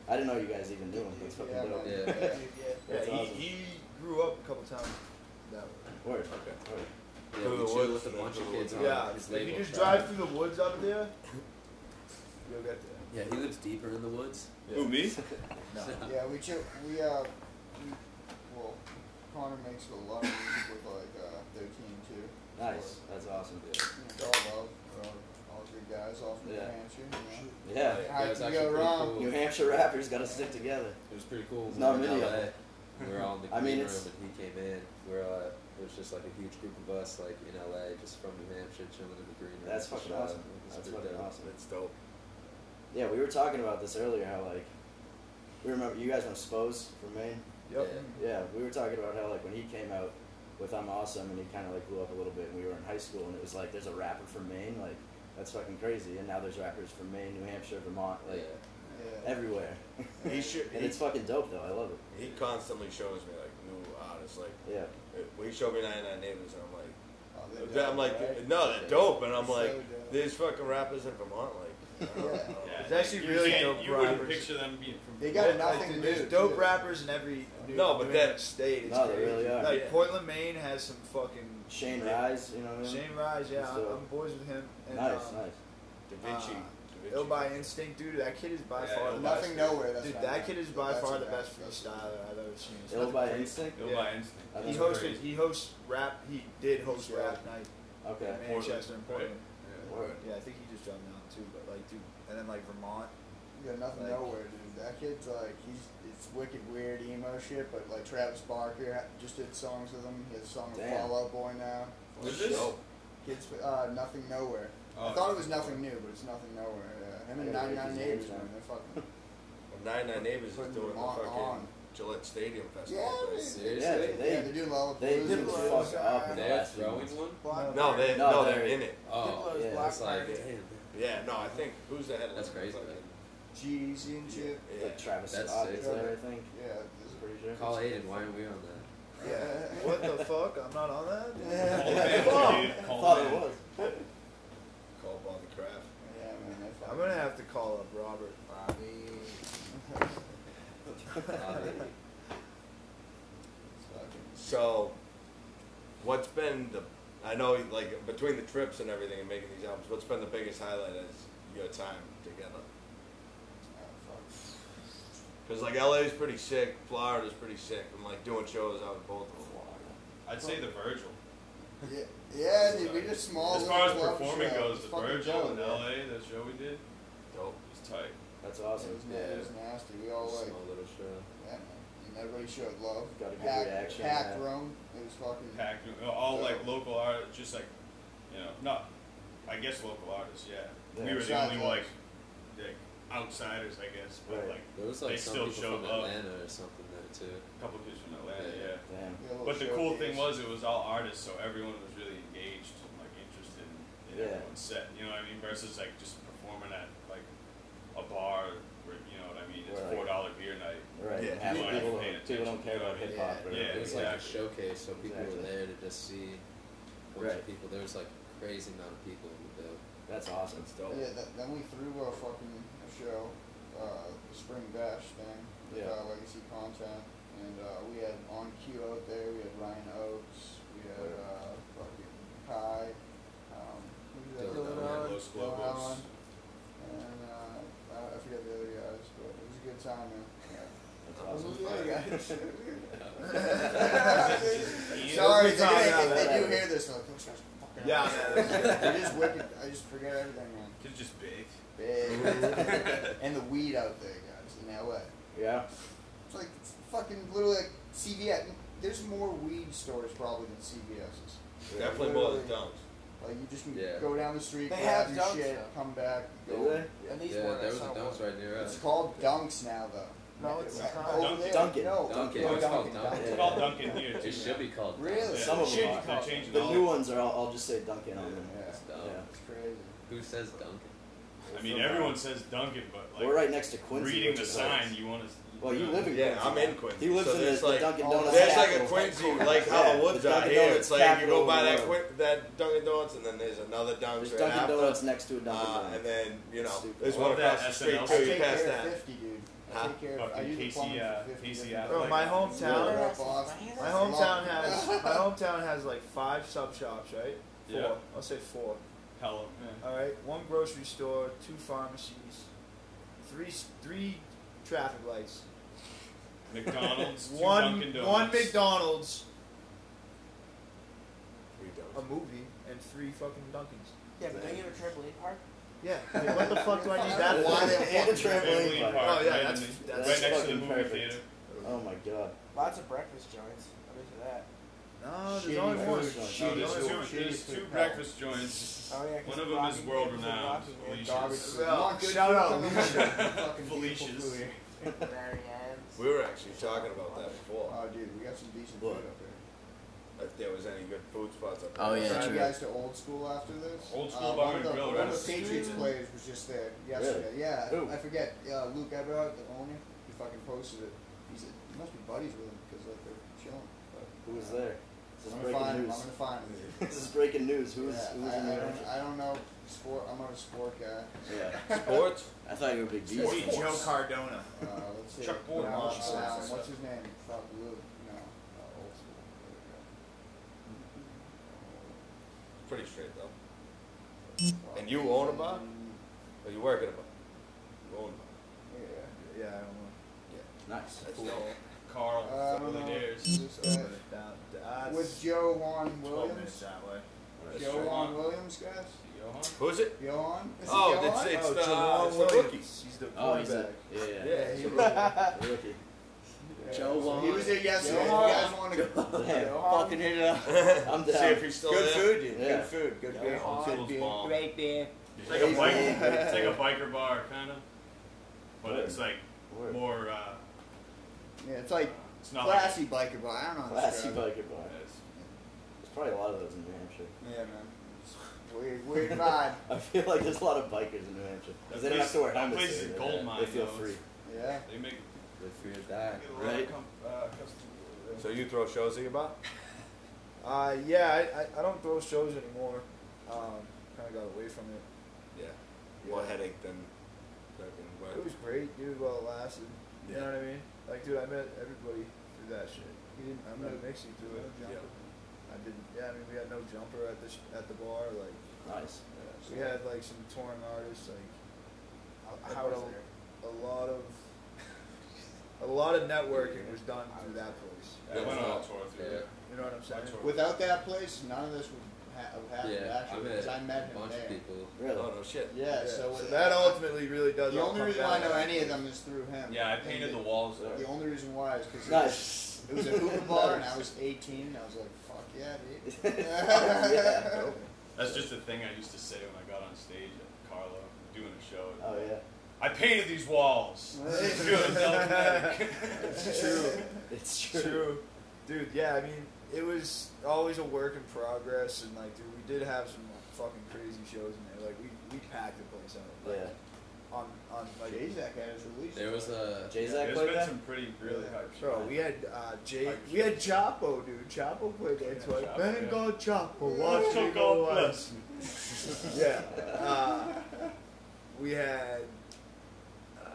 S2: I didn't know you guys even knew him. That's fucking
S8: Yeah,
S2: dope.
S8: man.
S7: Yeah.
S8: yeah. yeah.
S3: Yeah,
S2: That's
S3: he,
S2: awesome.
S3: he grew up a couple times. That way.
S2: Word.
S1: Okay.
S2: Word.
S7: Yeah, we
S1: Through the
S7: chilled
S1: woods,
S7: with a
S1: man,
S7: bunch
S1: through
S7: of
S1: the
S7: kids. on
S3: yeah,
S7: his
S3: if you
S7: label
S3: just
S7: Friday.
S3: drive through the woods up there, you'll get there.
S7: Yeah, he lives deeper in the woods.
S4: Who me?
S8: Yeah, we chill. We uh, we, well, Connor makes a lot of music with like uh, their team too.
S2: Nice. That's awesome.
S8: So, you know, it's all love. We're all, all good guys off New
S2: Yeah.
S8: Hampshire. You know?
S2: Yeah.
S7: That
S8: How
S7: was
S8: can
S7: actually
S8: you go
S7: pretty
S8: wrong?
S7: cool.
S2: New Hampshire rappers gotta stick together.
S7: It was pretty cool.
S2: It's
S7: We
S2: not
S7: were in
S2: many of
S7: LA. We were all in the
S2: I
S7: green
S2: mean,
S7: room
S2: it's-
S7: and he came in. We were, uh, it was just like a huge group of us, like in LA, just from New Hampshire, chilling in the green room.
S2: That's
S7: at the
S2: fucking
S7: shop.
S2: awesome.
S7: It was
S2: That's
S7: pretty
S2: fucking
S7: dope.
S2: awesome.
S1: It's dope.
S2: Yeah, we were talking about this earlier. How like we remember you guys know Spose from Maine.
S3: Yep.
S7: Yeah.
S2: Yeah, we were talking about how like when he came out with I'm Awesome and he kind of like blew up a little bit. And we were in high school and it was like there's a rapper from Maine, like that's fucking crazy. And now there's rappers from Maine, New Hampshire, Vermont, like
S8: Yeah.
S2: everywhere.
S1: He should.
S2: and
S1: He,
S2: it's fucking dope though. I love it.
S1: he constantly shows me like new artists. Like
S2: Yeah,
S1: uh, when he showed me 99 Neighbors, and I'm like,
S8: Oh, they're
S1: That- I'm
S8: dope,
S1: like,
S8: right?
S1: no, they're dope, and I'm
S8: So
S1: like,
S8: dope.
S1: there's fucking rappers in Vermont, like, I don't
S8: Yeah.
S1: know.
S4: Yeah,
S3: It's actually
S4: you
S3: really
S4: can't-
S3: dope
S4: You wouldn't
S3: rappers.
S4: picture them being from.
S8: They got
S3: Yeah,
S8: nothing
S3: like,
S8: new,
S3: There's dope
S8: too.
S3: rappers in every new
S1: No, but
S3: New
S1: that-
S3: England state. It's
S2: No, they
S3: crazy.
S2: really are.
S3: Like
S1: Yeah.
S3: Portland, Maine has some fucking
S2: Shane Rise, you know what I mean?
S3: Shane Rise. Yeah,
S2: He's
S3: I'm,
S2: dope.
S3: I'm boys with him. And,
S2: nice,
S3: um,
S2: nice.
S1: Da Vinci,
S3: Uh,
S1: Da
S3: Ill
S1: Vinci.
S3: by Instinct, dude. That kid is by
S4: Yeah,
S3: far
S4: Ill
S3: the
S4: by-
S3: best.
S8: Nothing nowhere. That's
S3: Dude,
S8: not
S3: that
S8: him.
S3: kid is by
S8: That's
S3: far
S8: a
S3: the
S8: rap.
S3: best freestyler I've ever seen. It's
S2: Ill
S3: nothing
S2: by
S3: crazy.
S2: Instinct.
S4: Ill
S3: Yeah.
S4: by instinct.
S2: I
S3: He
S2: don't know.
S3: hosted. He hosts rap. He did host
S8: Yeah.
S3: rap night
S2: Okay.
S3: in Manchester and
S4: Portland,
S3: Portland.
S2: Word.
S3: Yeah, I think he just dropped out too. But like, dude, and then like Vermont.
S8: Yeah, nothing
S3: Like-
S8: nowhere, dude. That kid's like he's it's wicked weird emo shit, but like Travis Barker ha- just did songs with him. He has a song with
S2: Damn.
S8: Fall Out Boy now.
S4: Is this?
S1: Dope.
S8: Kids, uh, nothing nowhere. I
S4: Oh,
S8: thought it
S4: yeah.
S8: was nothing new, but it's nothing nowhere. Yeah. Him
S2: Yeah,
S8: and 99
S2: it's
S8: Neighbors,
S2: insane.
S8: man, they're fucking.
S1: Well, 99 Neighbors is
S8: Putting
S1: doing the
S8: Vermont
S1: fucking
S8: on.
S1: Gillette Stadium Festival.
S8: Yeah,
S1: thing.
S8: dude.
S2: Yeah,
S7: Seriously?
S8: yeah,
S2: they
S8: they do Lollapalooza.
S2: they blew
S8: and
S2: the
S8: shit.
S2: fuck up. in the
S7: They're
S2: last few
S7: throwing
S2: months.
S7: one?
S1: No, they
S2: No,
S1: no,
S2: they're-
S1: they're in it.
S7: Oh,
S2: yeah,
S7: it's like, damn.
S1: Yeah, no, I think who's the headliner?
S7: That's crazy,
S1: Fucking-
S7: man.
S8: Jeezy and shit.
S2: It's
S1: Yeah.
S2: Like Travis
S7: That's
S2: Scott
S7: sick.
S2: is there, I think.
S8: Yeah. this-
S2: Pretty sure.
S7: Call Aiden, why aren't we on that?
S8: Yeah.
S3: What the fuck? I'm not on that.
S8: Yeah.
S4: Call them, dude.
S2: I
S4: Call
S2: thought it
S4: them.
S2: was.
S1: Call Bobby Kraft.
S8: Yeah, man. they're
S3: I'm
S8: fucking-
S3: gonna have to call up Robert.
S7: Uh,
S8: it's fucking-
S1: So, what's been the? I know, like between the trips and everything, and making these albums, what's been the biggest highlight as your time together?
S8: oh, fuck.
S1: Because like LA's pretty sick, Florida's pretty sick, and like doing shows out of both of them.
S4: I'd say the Virgil.
S8: Yeah, yeah, dude, we just small.
S4: As far as
S8: little club
S4: performing
S8: show.
S4: goes,
S8: It's
S4: the
S8: fucking
S4: Virgil in
S8: dope.
S4: LA, that show we did,
S1: Dope.
S4: was tight.
S2: That's
S8: It
S2: awesome.
S8: was, na- it was nasty. We all like,
S7: Small little show.
S8: yeah, man. And everybody showed love.
S2: Got a good
S8: packed,
S2: reaction,
S8: Packed
S2: yeah.
S8: room. It was fucking.
S4: Packed, uh, all
S8: So-
S4: like local artists, just like, you know, not, I guess local artists, yeah.
S2: Yeah.
S4: We were the
S8: Besides
S4: only
S8: us.
S4: like, like outsiders, I guess, but
S2: Right.
S4: like
S7: There was
S4: They
S7: like some
S4: still
S7: people
S4: showed
S7: from
S4: up.
S7: Atlanta or something there too.
S4: a couple kids from Atlanta, yeah.
S7: Yeah.
S2: Damn.
S8: we had a little
S4: But the cool thing
S8: showcase.
S4: was it was all artists, so everyone was really engaged and like interested in, in
S2: Yeah.
S4: everyone's set. You know what I mean? Versus like just performing at like a bar where you know what I mean? It's
S2: Right.
S4: four dollar beer night.
S2: Right.
S1: Yeah,
S2: half the
S4: you weren't
S2: people,
S4: paying
S2: don't, people don't care about
S4: attention.
S2: hip hop. or
S4: Yeah,
S7: It was like a
S4: exactly.
S7: showcase, so people
S2: Exactly.
S7: were there to just see a bunch
S2: Right.
S7: of people. There was like a crazy amount of people in the building.
S2: That's awesome.
S1: That's dope.
S8: Yeah, that, then we threw a fucking show, uh, the Spring Bash thing with
S2: Yeah.
S8: uh, Legacy Content, and uh, we had On Q out there. We had Ryan Oates. We had uh, fucking Kai. Um, who was that?
S7: Dylan
S8: Dylan
S7: Allen,
S8: Owens,
S4: Los Lobos.
S8: Dylan Allen, and uh, I- I forget the other guys, but it was a good time, man. Yeah.
S2: That's
S8: Those
S2: awesome.
S8: are the other guys.
S3: Sorry,
S8: Sorry, they,
S3: no, no,
S8: they, they do
S2: no.
S8: hear this. Like, those guys are fucking
S3: Yeah,
S8: assholes. They're just wicked. I just forget everything, man.
S4: Kids just big.
S8: Big. and the weed out there, guys, in LA.
S2: Yeah.
S8: It's like it's fucking literally like CVS. There's more weed stores probably than CVS's.
S1: Definitely more than Dunn's.
S8: Like you just can
S7: Yeah.
S8: go down the street,
S5: They
S8: grab
S5: have
S8: your
S5: Dunks,
S8: shit,
S5: though.
S8: come back,
S2: Do
S8: go.
S2: they?
S5: At least
S7: yeah,
S5: one.
S7: there
S5: I
S7: was a
S5: saw
S7: dumps
S5: one.
S7: right near
S8: It's
S7: us.
S8: called Dunks now, though.
S3: No, it's
S8: Like,
S3: not.
S8: over there.
S2: Dunkin'.
S8: No,
S7: Dunkin'.
S2: Oh,
S8: no,
S7: It's called Dunkin'.
S4: It's
S2: Yeah.
S4: called Dunkin' here too.
S7: It should be called.
S8: Really?
S4: Yeah,
S7: Dunkin'.
S2: Some
S4: they're
S2: of them
S4: changing-
S2: are.
S4: They're changing
S2: The
S4: all
S2: new
S4: of Oh,
S2: ones are. I'll, I'll just say Dunkin' on them.
S8: Yeah,
S7: It's dumb.
S2: Yeah.
S8: it's crazy.
S7: Who says Dunkin'?
S4: I mean, everyone says Duncan, but like
S2: We're right next to Quincy.
S4: reading
S2: which
S4: the
S2: is
S4: sign,
S2: nice.
S4: you want to.
S2: Well, you live in
S1: Yeah,
S2: Quincy.
S1: I'm
S2: now.
S1: in Quincy,
S2: He lives
S1: so
S2: in the,
S1: there's
S2: the
S1: like-
S2: Dunkin'
S8: oh,
S2: Donuts.
S1: There's like a
S2: capital.
S1: Quincy, like how
S2: Yeah,
S1: the woods
S2: the
S1: out
S2: Dunkin'
S1: here.
S2: Donuts
S1: It's like you
S2: capital
S1: go
S2: of
S1: by
S2: the
S1: that
S2: world.
S1: Quin- that Dunkin' Donuts, and then there's another Dunkin'
S2: There's
S1: right
S2: Dunkin'
S1: after.
S2: Donuts next to a Dunkin'
S1: Uh, and
S2: Donuts.
S1: then you know,
S2: Stupid.
S1: there's
S4: Well,
S1: one across
S4: that
S1: the street
S4: SNL
S1: too.
S8: I
S1: You
S8: take
S1: pass
S8: care
S1: that.
S8: of 50, dude. I
S1: Huh?
S8: take care of I
S4: Fucking
S8: use the
S4: Casey,
S8: plumbing
S4: uh,
S8: for 50
S4: Casey Affleck.
S8: different-
S3: Bro, my
S8: We're
S3: hometown,
S8: up Boston.
S3: my hometown has my hometown has like five sub shops, right? Four.
S4: Yeah.
S3: I'll say four.
S4: Pelham.
S3: All right, one grocery store, two pharmacies, three s- three traffic lights,
S4: McDonald's, two
S3: one
S4: Dunkin' Donuts.
S3: one McDonald's,
S1: We
S3: a
S1: don't.
S3: movie, and three fucking Dunkins.
S5: Yeah, but don't you have a trampoline E park?
S3: Yeah. Like, what the fuck do I need that?
S2: Why
S3: for?
S2: they and a trampoline
S4: Family
S2: park.
S4: Park,
S3: Oh, yeah,
S4: right
S3: that's-
S4: in the-
S3: that's
S4: right next to the
S2: fucking
S4: movie
S2: perfect.
S4: theater.
S2: Oh my god.
S5: Lots of breakfast joints. I'm into that.
S3: No, there's
S2: Shitty
S3: only
S2: food
S3: one.
S2: joint.
S4: No,
S2: Shitty
S4: there's
S2: food.
S4: two, there's two breakfast joints.
S5: Oh yeah, 'cause
S4: One of them
S5: Rocky-
S4: is world
S5: Rocky-
S4: renowned.
S5: Rocky- garbage
S4: Felicia's.
S5: food.
S3: Well,
S8: Not good
S3: shout
S8: food,
S3: out
S8: come on. Fucking beautiful
S4: Felicia's.
S8: food here.
S5: Marianne's.
S1: We were actually talking about that before.
S8: Oh, dude, we got some decent
S2: Look.
S8: food up here.
S1: If there was any good food spots up there.
S13: Oh, yeah,
S8: Send
S13: true.
S8: you guys to Old School after this.
S4: Old School
S8: uh,
S4: Bar
S8: one
S4: and
S8: of the,
S4: Grill
S8: One
S4: right
S8: of
S4: up
S8: the
S4: the
S8: Patriots
S4: street.
S8: players was just there yesterday. Yeah,
S2: Who?
S8: I forget. Uh, Luke Eberhardt, the owner, he fucking posted it. He said he must be buddies with him because like they're chilling. But,
S2: Who was there? This is
S8: I'm gonna find
S2: breaking
S8: him. I'm
S2: news.
S8: gonna find him.
S2: This is breaking news. Who's
S8: yeah,
S2: who's
S8: I,
S2: in
S8: I,
S2: there?
S8: don't, I don't know sport. I'm not a sport guy.
S2: Yeah.
S1: Sports?
S2: I thought you were a big
S3: It's
S2: beast.
S3: Joe Cardona.
S8: Uh, let's see.
S4: Chuck Boyd.
S8: No,
S3: Marshall.
S8: um, what's his name? Fuck Luke. No, uh, Old School. There we go.
S1: Pretty straight though. And you own a bar? Or you work at a bar? You own a bar.
S8: Yeah.
S3: Yeah, I don't know.
S2: Nice.
S1: That's cool.
S4: Carl,
S8: Uh,
S4: Beverly Dares.
S8: this guy.
S3: That's
S8: With Joe Juan
S3: 12 minutes
S8: Williams.
S3: that way.
S1: That's
S8: Joe
S1: true.
S8: Juan Williams, guys.
S4: Johan?
S1: Who's it?
S8: Johan. Is it
S1: Oh,
S8: Johan?
S1: it's, it's,
S3: oh,
S1: the,
S3: Jamal
S1: it's the
S3: Williams.
S1: rookie.
S3: He's the
S2: Oh, he's
S3: quarterback.
S2: a yeah. yeah.
S1: Yeah,
S8: he
S1: he-
S8: was, yeah.
S2: The rookie.
S8: so
S13: Juan.
S8: He was there yesterday. You
S5: Johan.
S8: guys want to go?
S2: Damn,
S5: Johan.
S2: fucking hit it up. I'm
S1: See
S2: down.
S1: if he's still
S13: Good
S1: there.
S13: food, dude.
S2: Yeah.
S13: Good food. Good beer.
S1: Yeah.
S13: Good beer.
S4: Oh.
S1: Bomb.
S13: Great beer.
S4: It's like a biker, it's like a biker bar, kind of. But it's like
S2: Word.
S4: more, uh,
S8: Yeah, it's like
S4: it's
S1: Oh.
S4: not like.
S8: classy biker bar. I don't know. how to
S2: Classy
S8: describe it.
S2: biker bar.
S4: it's-
S2: There's probably a lot of those in New Hampshire.
S8: Yeah, man. Weird, weird vibe.
S2: I feel like there's a lot of bikers in New Hampshire. 'Cause they
S4: That
S2: don't have to wear
S4: place- that
S2: helmets.
S4: place is
S2: either.
S4: gold mine,
S2: They feel
S4: though.
S2: free.
S8: Yeah.
S4: They make
S7: Live free or die.
S4: get a lot
S2: Right?
S4: of com- uh, custom.
S1: So you throw shows at your bar?
S3: Uh, yeah, I, I, I don't throw shows anymore. Um, kind of got away from it.
S1: Yeah. More headache than fucking
S3: It
S1: work.
S3: was great, dude, while it lasted. You
S1: Yeah.
S3: know what I mean? Like, dude, I met everybody through that shit. You didn't, I met Mixie through it.
S1: Yeah.
S3: I didn't, yeah, I mean, we had no jumper at the, sh- at the bar. Like,
S2: Nice.
S3: we had, like, some touring artists, like, I- I had a, a lot of, a lot of networking was done through that place.
S4: I went on a tour through
S7: Yeah.
S4: there.
S3: You know what I'm saying?
S4: That's
S8: Without that place, none of this would ha- have happened.
S7: Yeah, I
S8: actually,
S7: met
S8: because I met
S7: a
S8: him
S7: bunch
S8: there.
S7: of people.
S2: Really?
S1: Oh no shit.
S8: Yeah,
S3: Yeah,
S8: So,
S3: So,
S8: with-
S3: that ultimately really does.
S8: The
S3: all
S8: only
S3: come
S8: reason
S3: down
S8: I know
S3: to-
S8: any of them is through him.
S4: Yeah, I
S8: And
S4: painted
S8: the-
S4: the walls there.
S8: The only reason why is because
S2: Nice.
S8: it was a hookah bar, and I was 18, and I was like, "Fuck yeah, dude!"
S2: Oh, yeah.
S4: That's just a thing I used to say when I got on stage at Carlo doing a show.
S2: Oh yeah.
S4: I painted these walls. Dude, that
S3: It's true.
S2: It's
S3: It's
S2: true.
S3: true. Dude, yeah, I mean, it was always a work in progress, and like, dude, we did have some fucking crazy shows in there. Like, we, we packed the place out. Like,
S2: Yeah.
S3: On on like,
S8: Jay-Zach had his release.
S7: There was a.
S2: Jay-Zac
S4: There's
S2: played
S4: been
S2: that.
S4: some pretty really
S8: Yeah.
S4: hype
S3: bro,
S4: shit.
S3: we had uh, Jay,
S4: Like-
S3: we had Chapo, dude. Chapo played that twice.
S4: Chapo,
S3: Man,
S4: yeah.
S3: God, Chapo, watch
S4: Oh,
S3: me go wild. Yeah. Uh, we had. Uh,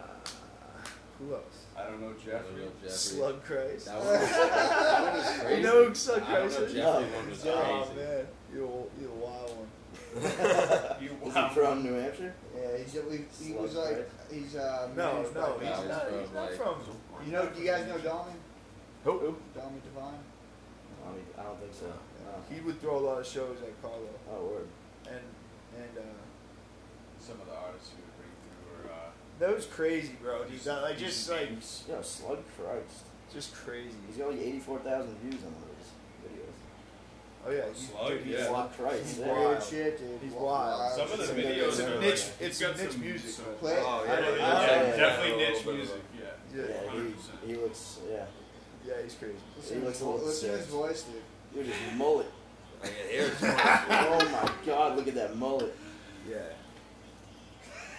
S3: who else?
S4: I don't know
S7: I
S4: Jeffrey.
S7: don't know, Jeffrey.
S3: Slug Christ.
S7: That one was, that one was crazy.
S3: You know who Slug
S7: I don't
S3: Christ
S7: know
S3: is?
S7: Jeffrey one was crazy.
S3: Oh man, you're you're a wild one.
S4: You
S2: Is he
S4: wow.
S2: from New Hampshire?
S8: Yeah, he's, he, he
S2: Slug,
S8: was like,
S2: right?
S8: he's uh,
S3: No,
S8: managed
S3: no,
S8: by
S3: he's
S7: Dallas
S3: not.
S7: from,
S3: He's not
S7: like-
S3: from.
S8: You know, do you guys know Dolman?
S2: Who?
S8: Dolman Devine.
S2: I don't, e, I don't think so. No.
S3: He would throw a lot of shows at Carlo,
S2: Oh word.
S3: and and uh,
S4: Some of the artists you would bring through were. Uh,
S3: that was crazy, bro. Dude, that, like just
S4: Easy
S3: like
S4: Games.
S2: Yo, Slug Christ.
S3: just crazy.
S2: He's got like 84,000 views on those videos.
S3: Oh yeah, he's,
S4: Slug,
S3: dude, he's
S4: yeah.
S2: Slug Christ.
S3: He's
S2: yeah.
S3: wild.
S8: Weird Oh, shit, dude.
S3: He's
S8: Wild.
S3: wild.
S4: Some of the
S2: It's a
S4: videos
S2: niche-
S4: are
S3: niche-
S4: like,
S3: it's
S4: got
S3: niche
S4: some
S3: music,
S4: some-
S3: but-
S8: Play.
S1: Oh,
S4: Yeah,
S1: yeah,
S4: yeah,
S2: yeah.
S4: yeah,
S2: Yeah.
S4: definitely
S1: Yeah.
S4: niche
S1: Yeah.
S4: music. Yeah.
S3: Yeah,
S2: Yeah,
S4: 100%.
S2: he, he looks, yeah.
S3: yeah, he's crazy.
S8: Listen,
S2: He
S8: to
S2: looks
S8: his
S2: a
S8: vo-
S2: little
S8: listen to his
S2: sick.
S8: voice, dude.
S2: Dude, his mullet.
S1: I can hear it.
S2: oh my god, look at that mullet.
S3: Yeah.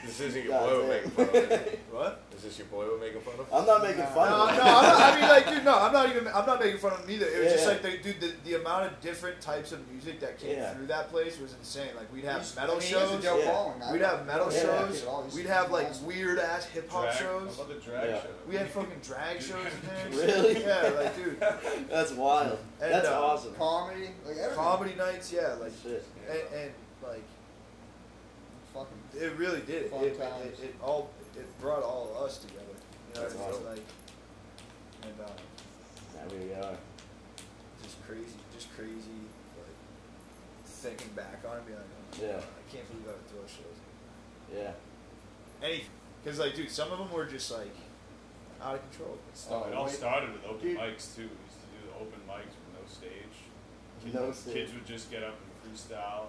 S1: This isn't your
S2: Nah,
S1: boy we're making
S2: it's
S1: fun of. is it?
S2: it.
S3: What?
S1: Is this your boy we're making fun of?
S2: I'm not making fun
S3: No,
S2: of
S3: no, I'm
S2: it.
S3: not, I mean, like, dude, no, I'm not even. I'm not making fun of them either. It was
S2: Yeah,
S3: just
S2: yeah.
S3: like, the, dude, the, the amount of different types of music that came
S2: Yeah.
S3: through that place was insane. Like, we'd have
S8: He's-
S3: metal
S8: I mean, he has a
S3: shows.
S8: dope
S2: Yeah.
S8: following. I
S3: We'd have metal
S8: Yeah, I
S3: shows.
S8: get all these
S3: We'd
S8: things
S3: have
S8: from
S3: like
S8: last-
S3: weird ass hip hop
S4: Drag-
S3: shows.
S4: How about the drag
S2: Yeah.
S4: show?
S3: We had fucking drag shows in there.
S2: Really?
S3: Yeah, like dude,
S2: That's wild.
S3: And,
S2: That's
S3: uh,
S2: awesome.
S8: comedy, like everything.
S3: comedy nights. Yeah, like
S2: Shit.
S3: and, and like
S8: Fucking.
S3: it really did. It,
S8: Fun
S3: it,
S8: times.
S3: it, it all it brought all of us together. You know,
S2: That's
S3: it's just
S2: awesome.
S3: like and uh,
S2: There we are.
S3: just crazy, just crazy. Like thinking back on it, being like, oh, my
S2: Yeah.
S3: God, I can't believe I would throw shows.
S2: Yeah.
S3: Any, because like dude, some of them were just like out of control.
S8: Oh,
S4: it all
S8: wait.
S4: started with open
S8: Dude.
S4: mics too. We used to do the open mics with no stage. Kids,
S2: No stage.
S4: Kids would just get up and freestyle, and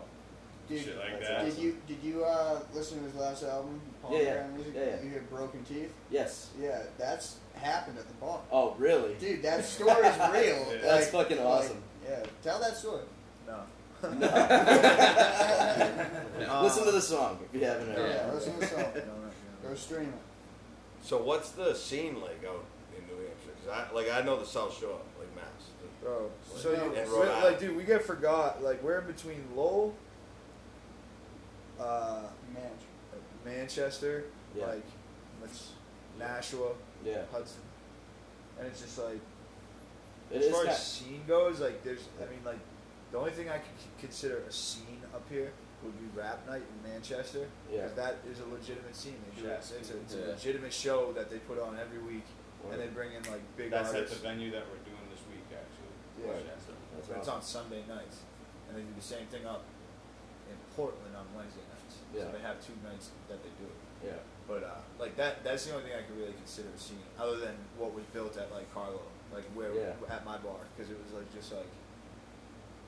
S8: Did,
S4: shit like
S2: That's
S4: that.
S8: did you did you uh, listen to his last album? Paul
S2: Yeah, yeah.
S8: Graham Music?
S2: Yeah, yeah.
S8: You hear Broken Teeth?
S2: Yes.
S8: Yeah, that's happened at the bar.
S2: Oh, really?
S8: Dude, that story is real.
S4: Yeah.
S2: That's fucking
S8: like,
S2: awesome.
S8: yeah, tell that story.
S3: No. oh, uh,
S2: No. Listen to the song if you haven't heard
S8: Yeah,
S2: it.
S8: listen to the song.
S3: No, no, no.
S8: Go stream it.
S1: So what's the scene like out in New Hampshire? 'Cause I, like I know the South Shore, like Mass.
S3: Bro, so
S8: No.
S3: you,
S1: And
S3: so,
S1: Rhode
S3: like,
S1: Island.
S3: dude, we get forgot. Like, we're in between Lowell, uh,
S8: Man,
S3: Manchester,
S2: Yeah.
S3: like, that's Nashua,
S2: Yeah.
S3: Hudson, and it's just like
S2: It
S3: as
S2: is
S3: far
S2: kind-
S3: as scene goes, like, there's. I mean, like, the only thing I could c- consider a scene up here would be rap night in Manchester. 'cause
S2: Yeah.
S3: that is a legitimate scene. They do
S4: Sure.
S3: that. It's a, it's
S7: Yeah.
S3: a legitimate show that they put on every week,
S2: Word.
S3: and they bring in like big
S4: That's at
S3: artists.
S4: the venue that we're doing this week, actually.
S3: Yeah.
S4: Manchester.
S2: That's
S3: But it's
S2: awesome.
S3: on Sunday nights, and they do the same thing up in Portland on Wednesday nights.
S2: Yeah.
S3: So they have two nights that they do it.
S2: Yeah.
S3: But uh, like that—that's the only thing I could really consider a scene, other than what was built at like Carlo, like where
S2: Yeah.
S3: at my bar, because it was like just like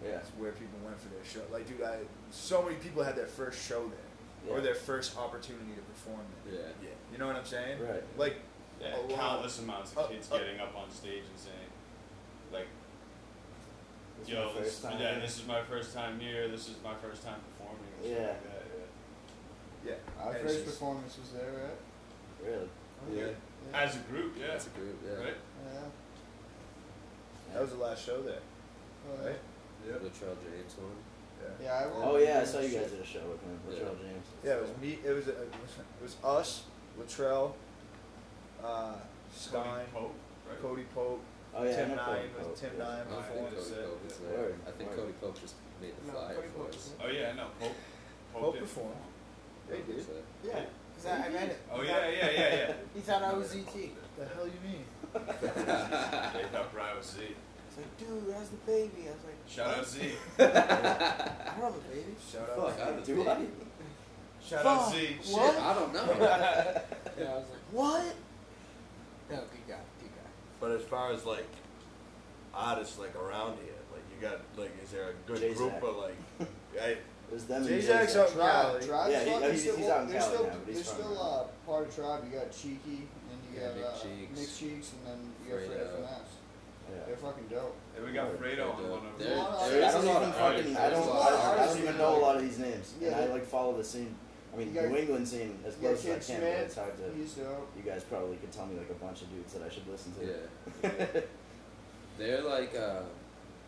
S2: Yeah.
S3: that's where people went for their show. Like, dude, I so many people had their first show there, or
S2: Yeah.
S3: their first opportunity to perform there.
S7: Yeah.
S3: You know what I'm saying?
S2: Right.
S3: Like,
S4: Yeah,
S3: A lot.
S4: countless amounts
S3: Uh,
S4: of kids
S3: uh.
S4: getting up on stage and saying, like,
S2: This is
S4: yo,
S2: my
S4: this,
S2: first time.
S4: yeah, this is my first time here. This is my first time performing. And shit
S2: Yeah.
S4: like that, yeah.
S3: yeah.
S8: our
S3: and it's
S8: first
S3: just-
S8: performance was there, right?
S2: Really.
S7: Yeah.
S8: Yeah.
S4: As a group, yeah.
S7: That's a group. Yeah.
S4: Right?
S8: Yeah.
S3: That was the last show there,
S8: Well,
S3: right?
S7: The Latrell James one.
S3: Yeah.
S8: yeah, I will.
S2: Oh yeah, I saw you guys at a show with him.
S7: Yeah.
S2: Latrell James.
S3: Yeah, it was me. It was uh, it was us, Latrell, uh, Stein,
S4: Cody Pope, right?
S3: Cody Pope.
S2: Oh yeah.
S3: Tim
S2: I know
S3: Nine
S2: Cody
S3: was
S2: Pope,
S3: Tim
S2: yeah.
S3: Nine.
S7: I don't
S3: Right.
S7: think
S4: Yeah.
S7: Cody Pope was
S4: Yeah.
S7: there.
S2: Word.
S7: I think
S2: Word.
S7: Cody Pope just made the
S8: No,
S7: flyer
S8: Cody
S7: for
S8: Pope
S7: us.
S8: was-
S4: Oh, yeah, no, Pope. Pope,
S3: Pope
S4: did
S3: performed.
S4: perform.
S3: They
S7: Pope was
S3: did.
S7: there.
S8: Yeah. Cause I, I met it.
S4: Oh, yeah, yeah, yeah, yeah.
S8: He thought I was ET. He's
S3: The hell you mean?
S4: They thought Brian was Z.
S8: like, dude, that's the baby. I was like,
S4: Shout out Z.
S8: I don't have a baby.
S3: Shout out.
S7: Fuck, I was
S2: Do I?
S4: Shout out
S8: Fuck,
S4: Z.
S7: Shit,
S8: What?
S7: I don't know.
S8: Yeah, I was like, what? No, good guy, good guy.
S1: But as far as like artists like around here, like you got like is there a good
S2: Jay-Z.
S1: group of like I,
S2: It was them and
S3: Jay
S2: Jay-Z.
S3: Zach's up in
S8: Tribe,
S3: Cali.
S8: Tribe's
S2: Yeah, he-
S8: fucking
S2: he's-
S8: still,
S2: he's out in
S8: they're
S2: Cali
S8: still,
S2: now, but he's
S8: they're
S2: from
S8: still uh,
S2: Atlanta.
S8: part of Tribe. You got Cheeky, and you
S7: Yeah,
S8: got
S7: Nick
S8: uh,
S7: Cheeks.
S8: Nick Cheeks, and then you got
S7: Fredo.
S8: Fredo Finesse. They're
S2: Yeah.
S8: fucking dope.
S4: Hey, we got Fredo on
S7: They're-
S4: one of
S7: they're-
S4: them.
S8: Well,
S7: there's
S2: I don't
S7: a lot
S2: even
S7: of
S2: fucking.
S7: artists.
S2: I don't.
S7: There's a
S2: I
S7: lot of
S2: don't, I
S7: artists.
S2: don't even know a lot of these names, and
S8: Yeah.
S2: I like follow the scene. I mean,
S8: You got-
S2: New England scene as
S8: You got
S2: close as I can,
S8: Kid
S2: but it's
S8: Smith.
S2: hard to.
S8: He's dope.
S2: You guys probably could tell me like a bunch of dudes that I should listen to.
S7: Yeah. They're like, uh,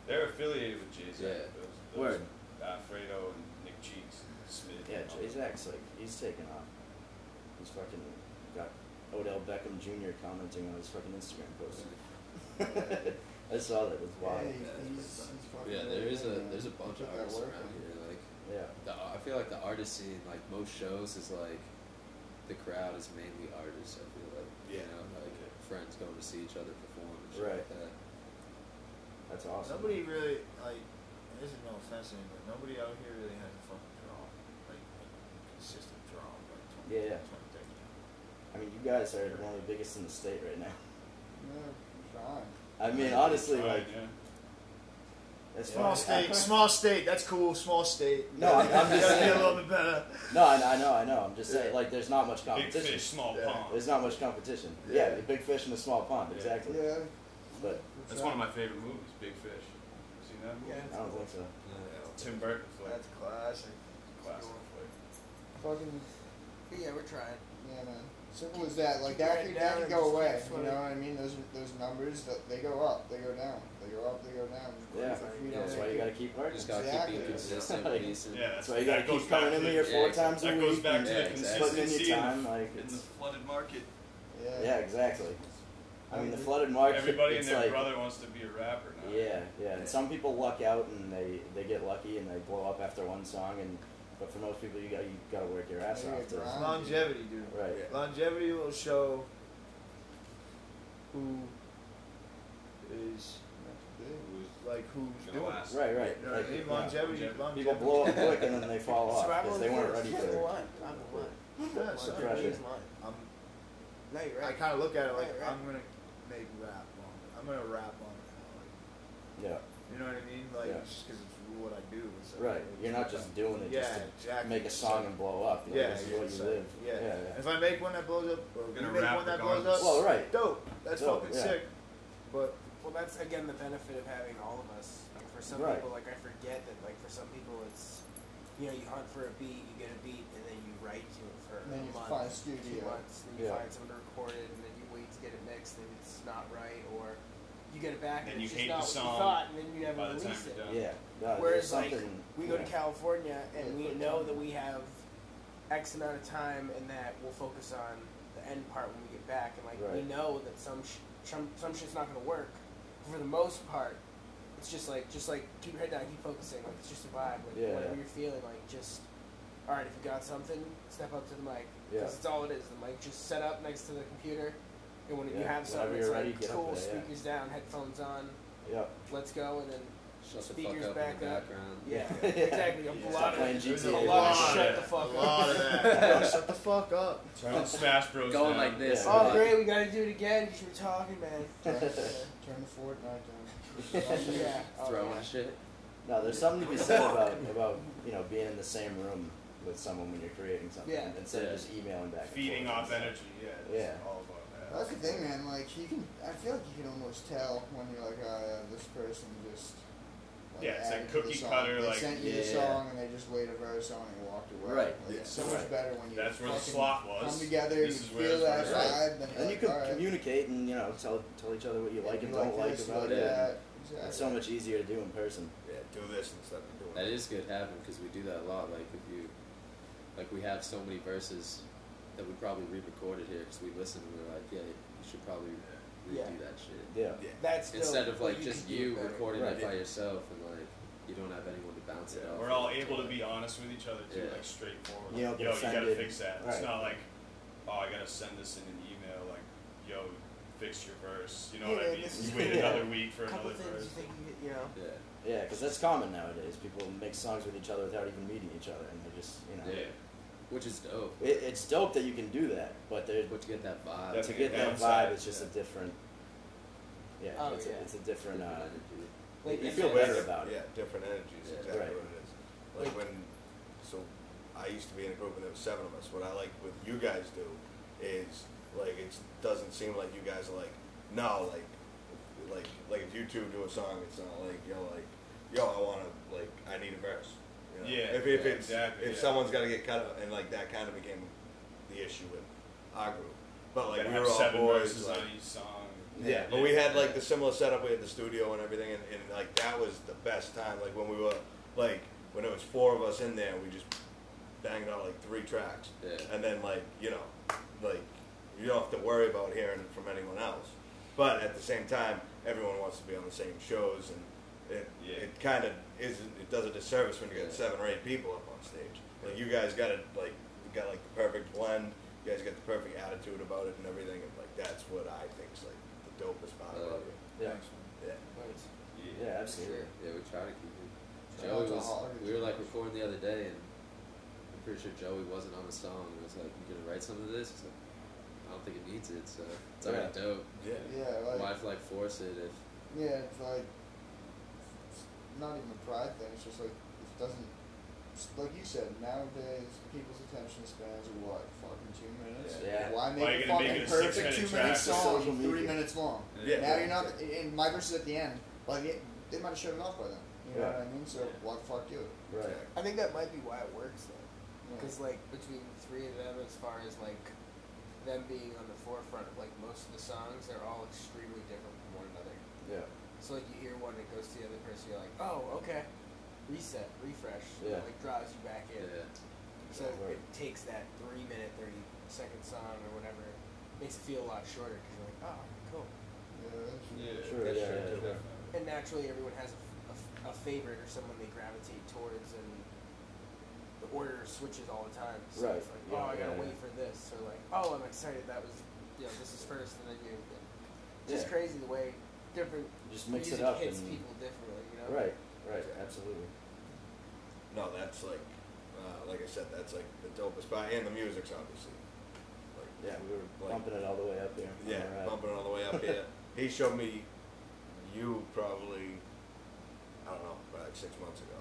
S4: They're affiliated with Jay Z.
S7: Yeah.
S4: Those, those,
S2: Word.
S4: Uh, Fredo and Nick Cheeks and Smith.
S2: Yeah,
S4: and all
S2: Jay
S4: those.
S2: Zach's like he's taking off. He's fucking got Odell Beckham Jr. commenting on his fucking Instagram post. I saw that. It was
S8: Yeah,
S2: wild.
S8: he's, he's, he's fucking
S7: yeah. There
S8: really
S7: is a
S8: good,
S7: there's a
S8: man.
S7: bunch
S8: Put
S7: of
S8: that
S7: artists
S8: work
S7: around
S8: in.
S7: here. Like,
S2: Yeah.
S7: the, I feel like the artist scene, like most shows, is like the crowd is mainly artists. I feel like, you
S4: Yeah.
S7: know, like friends going to see each other perform and shit
S2: Right.
S7: like that.
S2: That's awesome.
S3: Nobody really like. And this is no offense to anybody. Nobody out here really has a fucking draw, like consistent draw, like
S2: Yeah,
S3: 20,
S2: yeah. I
S3: 20, 30.
S2: mean, you guys are one of the biggest in the state right now.
S8: Yeah, fine.
S2: I mean, honestly,
S4: Alright,
S2: like
S4: yeah.
S2: that's
S3: Small
S2: fine.
S3: state, small state. That's cool. Small state.
S2: No, I'm- I'm
S3: You
S2: just
S3: gotta be a
S2: saying.
S3: little bit better.
S2: No, I, I know, I know. I'm just saying, like, there's not much
S4: Big
S2: competition.
S4: fish, small
S3: Yeah.
S4: pond.
S2: There's not much competition.
S3: Yeah.
S2: Yeah, the big fish in a small pond,
S4: Yeah.
S2: exactly.
S8: Yeah.
S2: But
S4: That's one of my favorite movies, Big Fish. Seen that movie?
S8: Yeah.
S2: I don't think so.
S4: Tim Burton flick.
S3: That's classic.
S4: Classic flick.
S8: Fucking But yeah, we're trying.
S5: Yeah, man. Simple as that. Like that
S8: Keep
S5: could,
S8: it
S5: that
S8: down
S5: could
S8: and
S5: go
S8: just
S5: away. You
S8: keep
S5: know
S8: swimming.
S5: what I mean? Those those numbers, th- they go up, they go down, they go up, they go down.
S2: Yeah,
S5: If we
S2: that's
S5: don't-
S2: why you gotta keep learning.
S7: Just gotta
S5: Exactly.
S7: keep being consistent, decent.
S4: Yeah, that's,
S2: That's why you gotta
S4: that goes
S2: keep coming
S4: back
S2: in
S4: to-
S2: here four
S7: yeah,
S2: times a
S4: That
S2: week.
S4: goes back
S2: and
S4: to
S7: Yeah,
S4: the
S7: exactly.
S2: putting in
S4: consistency
S2: your
S4: in the-
S2: time, like
S4: in the
S2: it's,
S4: flooded market.
S5: Yeah.
S2: yeah, exactly. I mean, the flooded market.
S4: Everybody and
S2: it's
S4: their
S2: like,
S4: brother wants to be a rapper now.
S2: Yeah, yeah. And some people luck out and they they get lucky and they blow up after one song. And but for most people, you got you got to work your ass
S5: Yeah,
S2: off. To,
S5: grind.
S3: Longevity, dude.
S2: right.
S3: Longevity will show who is like who's
S4: Gonna
S3: doing.
S4: last.
S2: Right. Right.
S3: it. You know what
S2: like,
S3: I mean?
S2: yeah.
S3: Longevity,
S4: Longevity.
S2: People
S3: longevity.
S2: blow up quick and then they fall off
S8: so I'm
S2: because
S8: on
S2: they
S8: the
S2: weren't
S8: first.
S2: ready
S8: I'm
S2: for
S8: the
S2: it.
S8: one. I'm the one.
S3: Yeah, so
S2: Pressure.
S8: He's mine.
S3: I'm,
S8: No, you're
S3: I
S8: right.
S3: kind of look at it like
S8: Right, right.
S3: I'm gonna make rap on. I'm gonna rap on it. now, like,
S2: Yeah.
S3: You know what I mean? Like
S2: Yeah.
S3: just because it's what I do. It's like,
S2: Right. You're not just doing it
S3: yeah,
S2: just to
S3: exactly.
S2: make a song and blow up. You know,
S3: Yeah,
S2: This is what you
S3: so,
S2: live.
S3: Yeah.
S2: Yeah.
S3: If I make one that blows up, or we
S4: Gonna
S3: make
S4: rap
S3: one that blows up,
S4: regardless.
S2: Well, right.
S3: dope. That's
S2: Dope,
S3: fucking
S2: yeah.
S3: sick. But
S8: Well, that's again the benefit of having all of us. Like for some
S2: Right.
S8: people, like I forget that. Like for some people, it's you know you hunt for a beat, you get a beat, and then you write to it for
S5: And then
S8: a
S5: you
S8: month,
S5: find a studio.
S8: two months, and then you
S2: Yeah.
S8: find someone to record it, and then you wait to get it mixed, and it's not right, or you get it back,
S4: Then
S8: and
S4: you
S8: it's
S4: hate
S8: just
S4: the
S8: not what
S4: song
S8: you thought, and then you never
S4: by the time
S8: release
S4: you're
S8: it.
S4: done.
S2: Yeah. No, Uh, there's
S8: Whereas like
S2: something-
S8: we go to
S2: yeah.
S8: California and
S5: Yeah,
S8: we
S5: but-
S8: know that we have X amount of time and that we'll focus on the end part when we get back and like
S2: Right.
S8: we know that some sh- some some shit's not gonna work. For the most part, it's just like just like keep your head down, keep focusing. Like it's just a vibe. Like
S2: Yeah,
S8: whatever
S2: yeah.
S8: you're feeling, like just all right. If you got something, step up to the mic
S2: Yeah.
S8: because it's all it is. The mic just set up next to the computer, and when you
S2: Yeah,
S8: have something,
S2: whenever
S8: it's
S2: you're ready,
S8: like
S2: get up
S8: cool.
S2: there, yeah.
S8: speakers down, headphones on.
S2: Yeah.
S8: Let's go, and then
S7: Shut the
S8: Speakers
S7: fuck up
S8: back
S7: in the
S8: up.
S7: background.
S8: yeah,
S2: Yeah.
S8: exactly. A lot of
S2: playing
S3: there's
S2: GTA.
S3: a
S8: a lot
S3: lot
S8: of
S4: Oh,
S3: of
S8: shut
S3: it.
S8: the
S3: a
S8: fuck
S3: lot
S8: up.
S3: of that. Yo, shut the fuck up.
S4: Turn on Smash Bros.
S7: Going
S4: now.
S7: like this.
S2: Yeah.
S8: Oh
S7: but-
S8: great, we gotta do it again because you were talking, man.
S5: Turn the Fortnite down.
S8: yeah. Oh,
S7: Throwing
S8: yeah.
S7: shit.
S2: No, there's something to be said about about you know being in the same room with someone when you're creating something
S8: Yeah.
S2: instead
S7: Yeah.
S2: of just emailing back. and
S4: Feeding
S2: forth and
S4: off
S2: stuff.
S4: energy. Yeah.
S2: Yeah.
S4: It's all about that.
S5: That's the thing, man. Like you can, I feel like you can almost tell when you're like, oh, yeah, this person just. Like,
S4: Yeah, it's like
S5: added to the
S4: cookie
S5: song.
S4: cutter,
S5: They
S4: like-
S5: sent you the
S2: Yeah.
S5: song and they just laid a verse on it and walked away.
S2: Right,
S5: Like,
S2: yeah.
S5: It's so much
S2: Right.
S5: better when you.
S4: That's where the
S5: fucking
S4: slot was.
S5: Come together,
S4: This
S5: you
S4: is where
S5: feel that
S4: it's
S2: at.
S5: vibe, then
S2: And
S5: you're
S2: you
S5: like,
S2: can
S5: all right,
S2: communicate and you know tell tell each other what you
S5: yeah,
S2: like and
S5: you
S2: don't like
S5: this, you
S2: about
S5: like
S2: it.
S5: that. Exactly.
S2: It's so much easier to do in person.
S1: Yeah, do this instead of doing
S7: That is good having because we do that a lot. Like if you, like we have so many verses that we probably re-recorded here because we listened and we are like, yeah, you should probably redo
S8: Yeah.
S7: that shit
S2: Yeah.
S8: That's dope,
S7: instead of
S8: but
S7: like
S8: you
S7: just
S8: could do
S7: you
S8: it better.
S7: recording
S2: Right.
S7: it by yourself and like you don't have anyone to bounce it off.
S4: We're all able to be honest with each other too,
S7: Yeah.
S4: like straightforward.
S2: You don't get
S4: yo, you gotta
S2: offended.
S4: fix that. It's
S2: Right.
S4: not like, oh, I gotta send this in an email. Like, yo, fix your verse. You know
S8: Yeah,
S4: what I mean?
S8: this is-
S4: Wait
S2: yeah.
S4: another week for
S8: A couple
S4: another
S8: things you
S4: verse.
S8: think you, you know.
S7: Yeah,
S2: Yeah, because that's common nowadays. People make songs with each other without even meeting each other, and they just you know.
S7: yeah, which is dope.
S2: It, it's dope that you can do that, but there
S7: But to get that vibe,
S4: That's
S2: to
S4: a
S2: get that
S4: downside,
S2: vibe, it's just a
S4: yeah.
S2: different. Yeah,
S8: Oh,
S2: it's,
S8: yeah.
S2: A, it's a different. Uh,
S7: energy.
S8: Like,
S2: you
S8: and
S2: feel
S8: that's-
S2: better about it.
S1: Yeah, different energies.
S7: Yeah.
S1: Exactly
S2: Right.
S1: what it is. Like when, so I used to be in a group and there was seven of us. What I like what you guys do is like it doesn't seem like you guys are like no like like like if you two do a song, it's not like yo like yo I want to like I need a verse. You know?
S4: Yeah,
S1: If, if
S4: yeah,
S1: it's
S4: exactly,
S1: if
S4: yeah.
S1: someone's got to get cut up and like that kind of became the issue with our group. But like
S4: Gotta
S1: we
S4: have
S1: were all
S4: seven
S1: boys.
S4: verses
S1: like-
S4: on each song.
S1: yeah, but we had like the similar setup. We had the studio and everything, and, and like that was the best time. Like when we were like when it was four of us in there, we just banged out like three tracks,
S7: Yeah.
S1: and then like you know, like you don't have to worry about hearing it from anyone else. But at the same time, everyone wants to be on the same shows, and it
S4: Yeah.
S1: it kind of isn't. It does a disservice when you got
S7: Yeah.
S1: seven or eight people up on stage. Like you guys got it. Like you got like the perfect blend. You guys got the perfect attitude about it and everything, and like that's what I think is like the dopest part about it.
S2: Yeah.
S1: Yeah.
S2: Yeah, absolutely.
S7: Yeah, we try to keep it.
S5: Shout out
S7: Joey
S5: to
S7: was.
S5: Hawk.
S7: We were like recording the other day, and I'm pretty sure Joey wasn't on the song. And I was like, "You gonna write some of this?" He's like, "I don't think it needs it, so it's already
S2: Yeah.
S7: dope."
S5: Yeah, like
S7: Why like force it if
S5: yeah, it's like it's not even a pride thing. It's just like it doesn't. it's Like you said, nowadays people's attention spans are what fucking two minutes.
S2: Yeah.
S5: Why
S4: Why you
S5: make a
S4: gonna
S5: fucking
S4: make it a
S5: perfect
S4: six-minute
S5: two
S4: track?
S5: minute
S2: It's just
S5: song
S2: social
S5: three
S2: media.
S5: minutes long?
S4: Yeah.
S5: Now you're not. And my verse is at the end. Like it, they might have shut it off by then. You know
S2: Yeah.
S5: what I mean? So why the fuck do it?
S2: Right.
S8: I think that might be why it works though.
S5: Because like between the three of them, as far as like them being on the forefront of like most of the songs, they're all extremely different from one another.
S2: Yeah.
S5: So like you hear one and it goes to the other person, you're like, oh okay, reset, refresh.
S2: Yeah.
S5: It, like drives you back in.
S7: Yeah.
S5: So
S2: Right.
S5: it takes that three minute, thirty second song or whatever, makes it feel a lot shorter because you're like, oh cool.
S4: Yeah,
S2: Sure,
S4: that's
S2: yeah,
S4: true,
S2: yeah,
S4: too.
S2: yeah.
S5: And naturally, everyone has a, a f- a favorite or someone they gravitate towards, and the order switches all the time. So
S2: Right,
S5: It's like,
S2: yeah,
S5: oh, I gotta
S2: yeah,
S5: wait
S2: yeah.
S5: for this, or like, oh, I'm excited that was, you know, this is first, and then you. And it's just
S2: Yeah.
S5: crazy the way different
S2: Just mix it
S5: music
S2: up
S5: hits
S2: and-
S5: people differently. You know.
S2: Right. Right. Absolutely.
S1: No, that's like, uh, like I said, that's like the dopest part, and the music's obviously.
S2: Yeah, we were
S1: Like-
S2: bumping it all the way up here.
S1: Yeah,
S2: All right.
S1: bumping all the way up here. he showed me you probably, I don't know, probably like six months ago.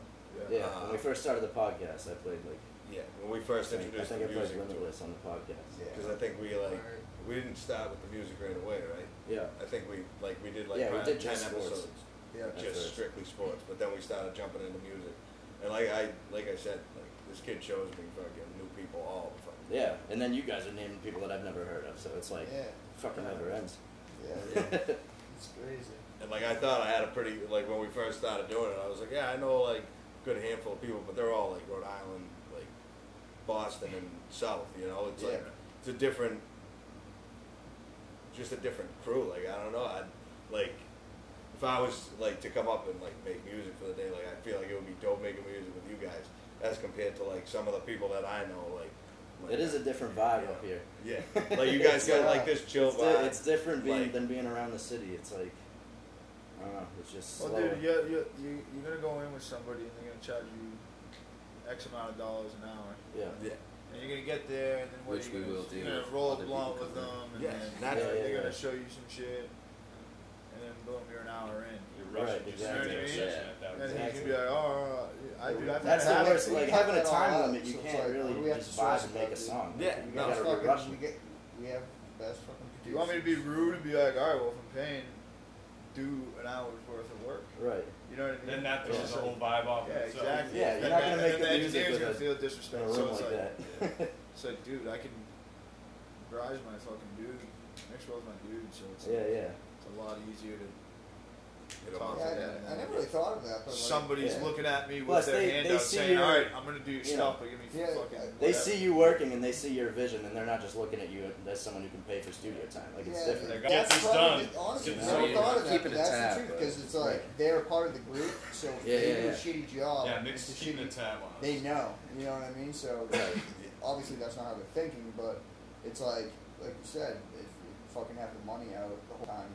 S2: Yeah,
S1: Uh,
S2: when we first started the podcast, I played like
S1: yeah, when we first
S2: I think I
S1: introduced the
S2: think I played
S1: music to
S2: Limitless on the podcast.
S1: Because I think we like,
S5: Right.
S1: we didn't start with the music right away, right?
S2: Yeah,
S1: I think we, like, we did like
S2: Yeah, we
S1: probably
S2: did just
S1: 10
S2: sports.
S1: episodes.
S12: Yeah.
S2: That's
S1: just
S2: right.
S1: strictly sports. But then we started jumping into music, and like I like I said, like this kid shows me fucking new people all the fucking.
S2: yeah. And then you guys are naming people that I've never heard of, so it's like
S8: Yeah.
S2: fucking never ends.
S8: Yeah. It's crazy.
S1: And like I thought I had a pretty like when we first started doing it, I was like, yeah, I know like a good handful of people, but they're all like Rhode Island, like Boston and South. You know, it's like
S8: Yeah.
S1: it's a different, just a different crew. Like I don't know, I like. If I was like to come up and like make music for the day, like I feel like it would be dope making music with you guys, as compared to like some of the people that I know. Like, like
S2: It is a different vibe
S1: Yeah.
S2: up here.
S1: Yeah, like you guys
S2: It's
S1: got
S2: not-
S1: like this chill
S2: it's, di-
S1: vibe.
S2: it's different being,
S1: like-
S2: than being around the city. It's like I don't know. It's just
S3: Well,
S2: slower.
S3: dude, you you you you're gonna go in with somebody and they're gonna charge you X amount of dollars an hour,
S2: yeah.
S1: yeah,
S3: and you're gonna get there, and then what
S7: Which
S3: are
S7: we
S3: you gonna,
S7: will do
S3: You're gonna
S7: if
S3: roll
S7: other
S3: a
S7: people
S3: blunt with
S7: come
S3: them,
S7: in.
S3: and
S1: Yes,
S3: then
S1: naturally.
S2: Yeah, yeah,
S3: they're
S2: yeah.
S3: gonna show you some shit, and then boom, you're an hour in.
S4: You're
S2: Right,
S4: rushing just to
S2: exactly.
S4: get a
S7: Yeah.
S4: session at that
S3: And he's
S4: point.
S3: gonna be like, oh, I do. I've
S2: That's the
S3: had
S2: worst.
S3: it.
S2: Like
S8: we
S2: having a
S8: cut it all
S2: time
S8: out,
S2: limit, you
S8: so it's
S2: can't
S8: like,
S2: really
S8: we have
S2: just
S8: to
S2: vibe
S8: stress
S2: and make a
S8: about it.
S2: song.
S1: Yeah,
S2: you
S1: no,
S2: gotta
S1: fucking-
S2: rush
S8: we
S2: it.
S8: get we have the best fucking
S3: Do you want me to be rude and be like, all right, well, if I'm paying, do an hour's worth of work?
S2: Right.
S3: You know what I mean?
S4: Then that
S2: Yeah.
S4: throws the whole vibe off.
S3: Yeah,
S4: of itself.
S3: exactly.
S2: Yeah, you're
S3: Then
S2: not
S3: that-
S2: gonna
S3: then
S2: make the music
S3: engineer's
S2: with a-
S3: gonna feel
S2: In a
S3: disrespected.
S2: room
S3: So it's
S2: like,
S3: like,
S2: that.
S3: it's like, dude, I can garage my fucking dude. Maxwell's my dude, so it's,
S2: yeah, yeah.
S3: it's a lot easier to
S1: It'll
S3: talk
S1: bounce
S3: to
S8: Yeah, I,
S3: that.
S8: didn't- I never really thought of that. But like,
S3: Somebody's
S2: Yeah.
S3: looking at me with
S2: Plus,
S3: their
S2: they-
S3: hand
S2: they
S3: out,
S2: see
S3: saying,
S2: your-
S3: "All right, I'm gonna do your
S2: Yeah.
S3: stuff, but give me
S8: Yeah,
S3: fucking."
S8: they
S2: They
S3: whatever."
S2: see you working and they see your vision, and they're not just looking at you as someone who can pay for studio time. Like it's
S8: Yeah,
S2: different.
S4: Like,
S8: dude,
S4: get
S8: that's
S4: this
S8: probably
S4: done.
S8: the- Honestly,
S4: Get
S8: I
S4: this
S8: never
S7: done.
S8: thought of that.
S7: Keeping
S8: but
S7: it
S8: That's
S7: tab,
S8: the truth
S7: but-
S8: because it's like
S2: Right.
S8: they're a part of the group, so if
S2: Yeah,
S8: they
S2: yeah,
S8: do
S2: yeah.
S8: a shitty job.
S4: Yeah,
S8: it's a
S4: mix keeping a
S8: shitty-
S4: tab on.
S8: They
S4: it.
S8: know, you know what I mean. So obviously that's not how they're thinking, but it's like, like you said, if you fucking have the money out the whole time,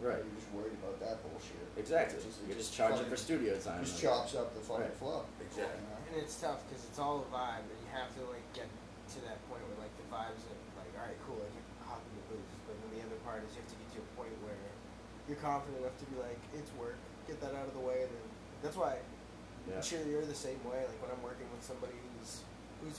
S2: Right.
S8: you're just worried about that bullshit.
S2: Exactly.
S8: It just- it
S2: You're just
S8: just
S2: charging
S8: fucking-
S2: for studio time.
S8: It just
S2: like-
S8: chops up the
S2: Right.
S8: fucking flow.
S1: Exactly.
S8: you know?
S5: And it's tough because it's all a vibe, and you have to like get to that point where like the vibes are like, all right, cool, like you can hop in the booth. But then the other part is you have to get to a point where you're confident enough to be like, it's work, get that out of the way, and then that's why
S2: Yeah.
S5: I'm sure you're the same way. Like when I'm working with somebody who's who's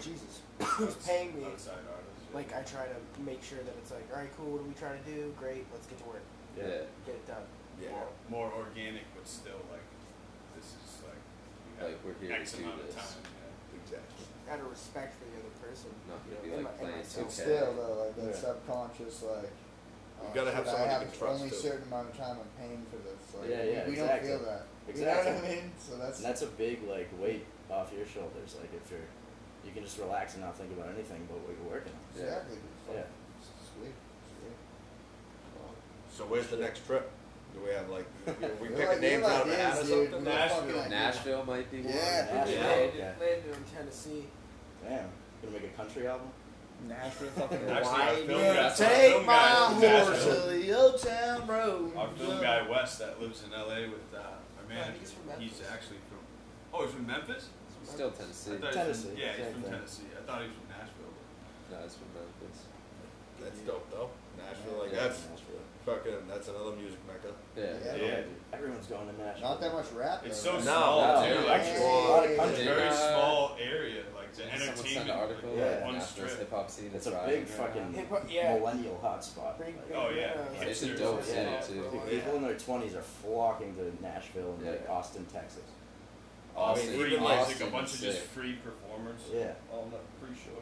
S5: Jesus, who's paying me,
S4: Outside artists. yeah.
S5: like I try to make sure that it's like, all right, cool, what are we trying to do? Great, let's get to work,
S7: Yeah.
S2: Yeah.
S5: get it done.
S1: Yeah.
S4: more, more organic, but still like this is like you have
S7: Like, we're here to
S4: X
S7: do
S4: amount
S7: this.
S4: of time.
S1: Exactly.
S5: Out of respect for the other person.
S7: Not
S5: you
S7: gonna be
S5: know, and
S7: like
S5: my- and
S7: playing
S5: myself.
S7: two
S8: But
S7: Okay.
S8: Still though, like that
S2: Yeah.
S8: subconscious, like.
S1: You
S8: uh,
S1: gotta have
S8: shit,
S1: someone
S8: I
S1: you
S8: have
S1: can trust,
S8: only
S1: too.
S8: certain amount of time I'm paying for this.
S2: Yeah,
S8: Like, we-
S2: yeah,
S8: we,
S2: exactly.
S8: don't feel that. You know what I
S2: Exactly.
S8: mean? So that's
S2: And that's a big like weight off your shoulders. Like if you're, you can just relax and not think about anything but what you're working on.
S8: exactly.
S2: Yeah.
S8: Sweet. Sweet. Well,
S1: So where's the next trip? Do we have like we
S8: We're
S1: pick
S8: like-
S1: a name
S8: we're like
S1: out of a hat or
S8: this,
S1: something?
S8: dude. We're
S4: Nashville.
S8: fucking like-
S7: Nashville might be one.
S8: Yeah.
S2: Nashville.
S5: Yeah,
S2: Yeah.
S5: I did Orlando in Tennessee.
S2: Damn, gonna make a country album.
S12: Nashville fucking
S4: Actually, our
S12: Hawaii.
S4: film guy, our
S12: Take
S4: film
S12: my
S4: guy is in
S12: horse
S4: Nashville.
S12: to the old town road.
S4: Our film guy Wes that lives in L.A. with uh, our
S5: No, I
S4: manager.
S5: think he's from Memphis.
S4: actually from. Oh, he's from Memphis.
S7: Still Tennessee.
S4: I thought he was
S2: Tennessee,
S4: from, yeah, he's
S2: same
S4: from
S2: thing.
S4: Tennessee. I thought he was from Nashville.
S7: No, it's from Memphis.
S1: That's dope though. Nashville, like
S7: Yeah.
S1: that's
S2: Nashville.
S1: fucking that's another music mecca.
S7: Yeah.
S8: Yeah.
S4: Yeah.
S2: Everyone's going to Nashville.
S8: Not that much rap.
S4: It's
S8: though,
S4: so
S8: right?
S4: small
S2: no,
S4: too.
S2: Oh, dude,
S4: Like,
S2: actually,
S8: Yeah.
S2: a lot of
S4: it's a
S7: Did they
S8: Hey.
S2: country.
S4: very
S7: not-
S4: small area, like the
S7: Did someone send
S4: entertainment.
S7: an article?
S4: like,
S2: Yeah.
S7: that
S4: one
S7: Nashville's
S4: strip.
S7: hip hop scene.
S2: It's
S7: is
S2: a
S7: rising
S2: big
S7: right
S2: fucking
S5: Hip hop, yeah.
S2: millennial hotspot.
S5: Bring-
S2: Like,
S5: bring
S4: Oh,
S5: the-
S4: yeah. Yeah,
S7: It's a
S4: hipsters
S7: dope
S4: and
S7: city
S5: stuff.
S7: too.
S2: dude, people in their twenties are flocking to Nashville and like
S7: Yeah.
S2: Austin, Texas.
S4: All
S7: Austin-
S4: free,
S1: even
S4: like,
S7: Austin
S4: a bunch of
S7: is
S4: just
S7: sick.
S4: free performers.
S2: Yeah.
S4: On the free show.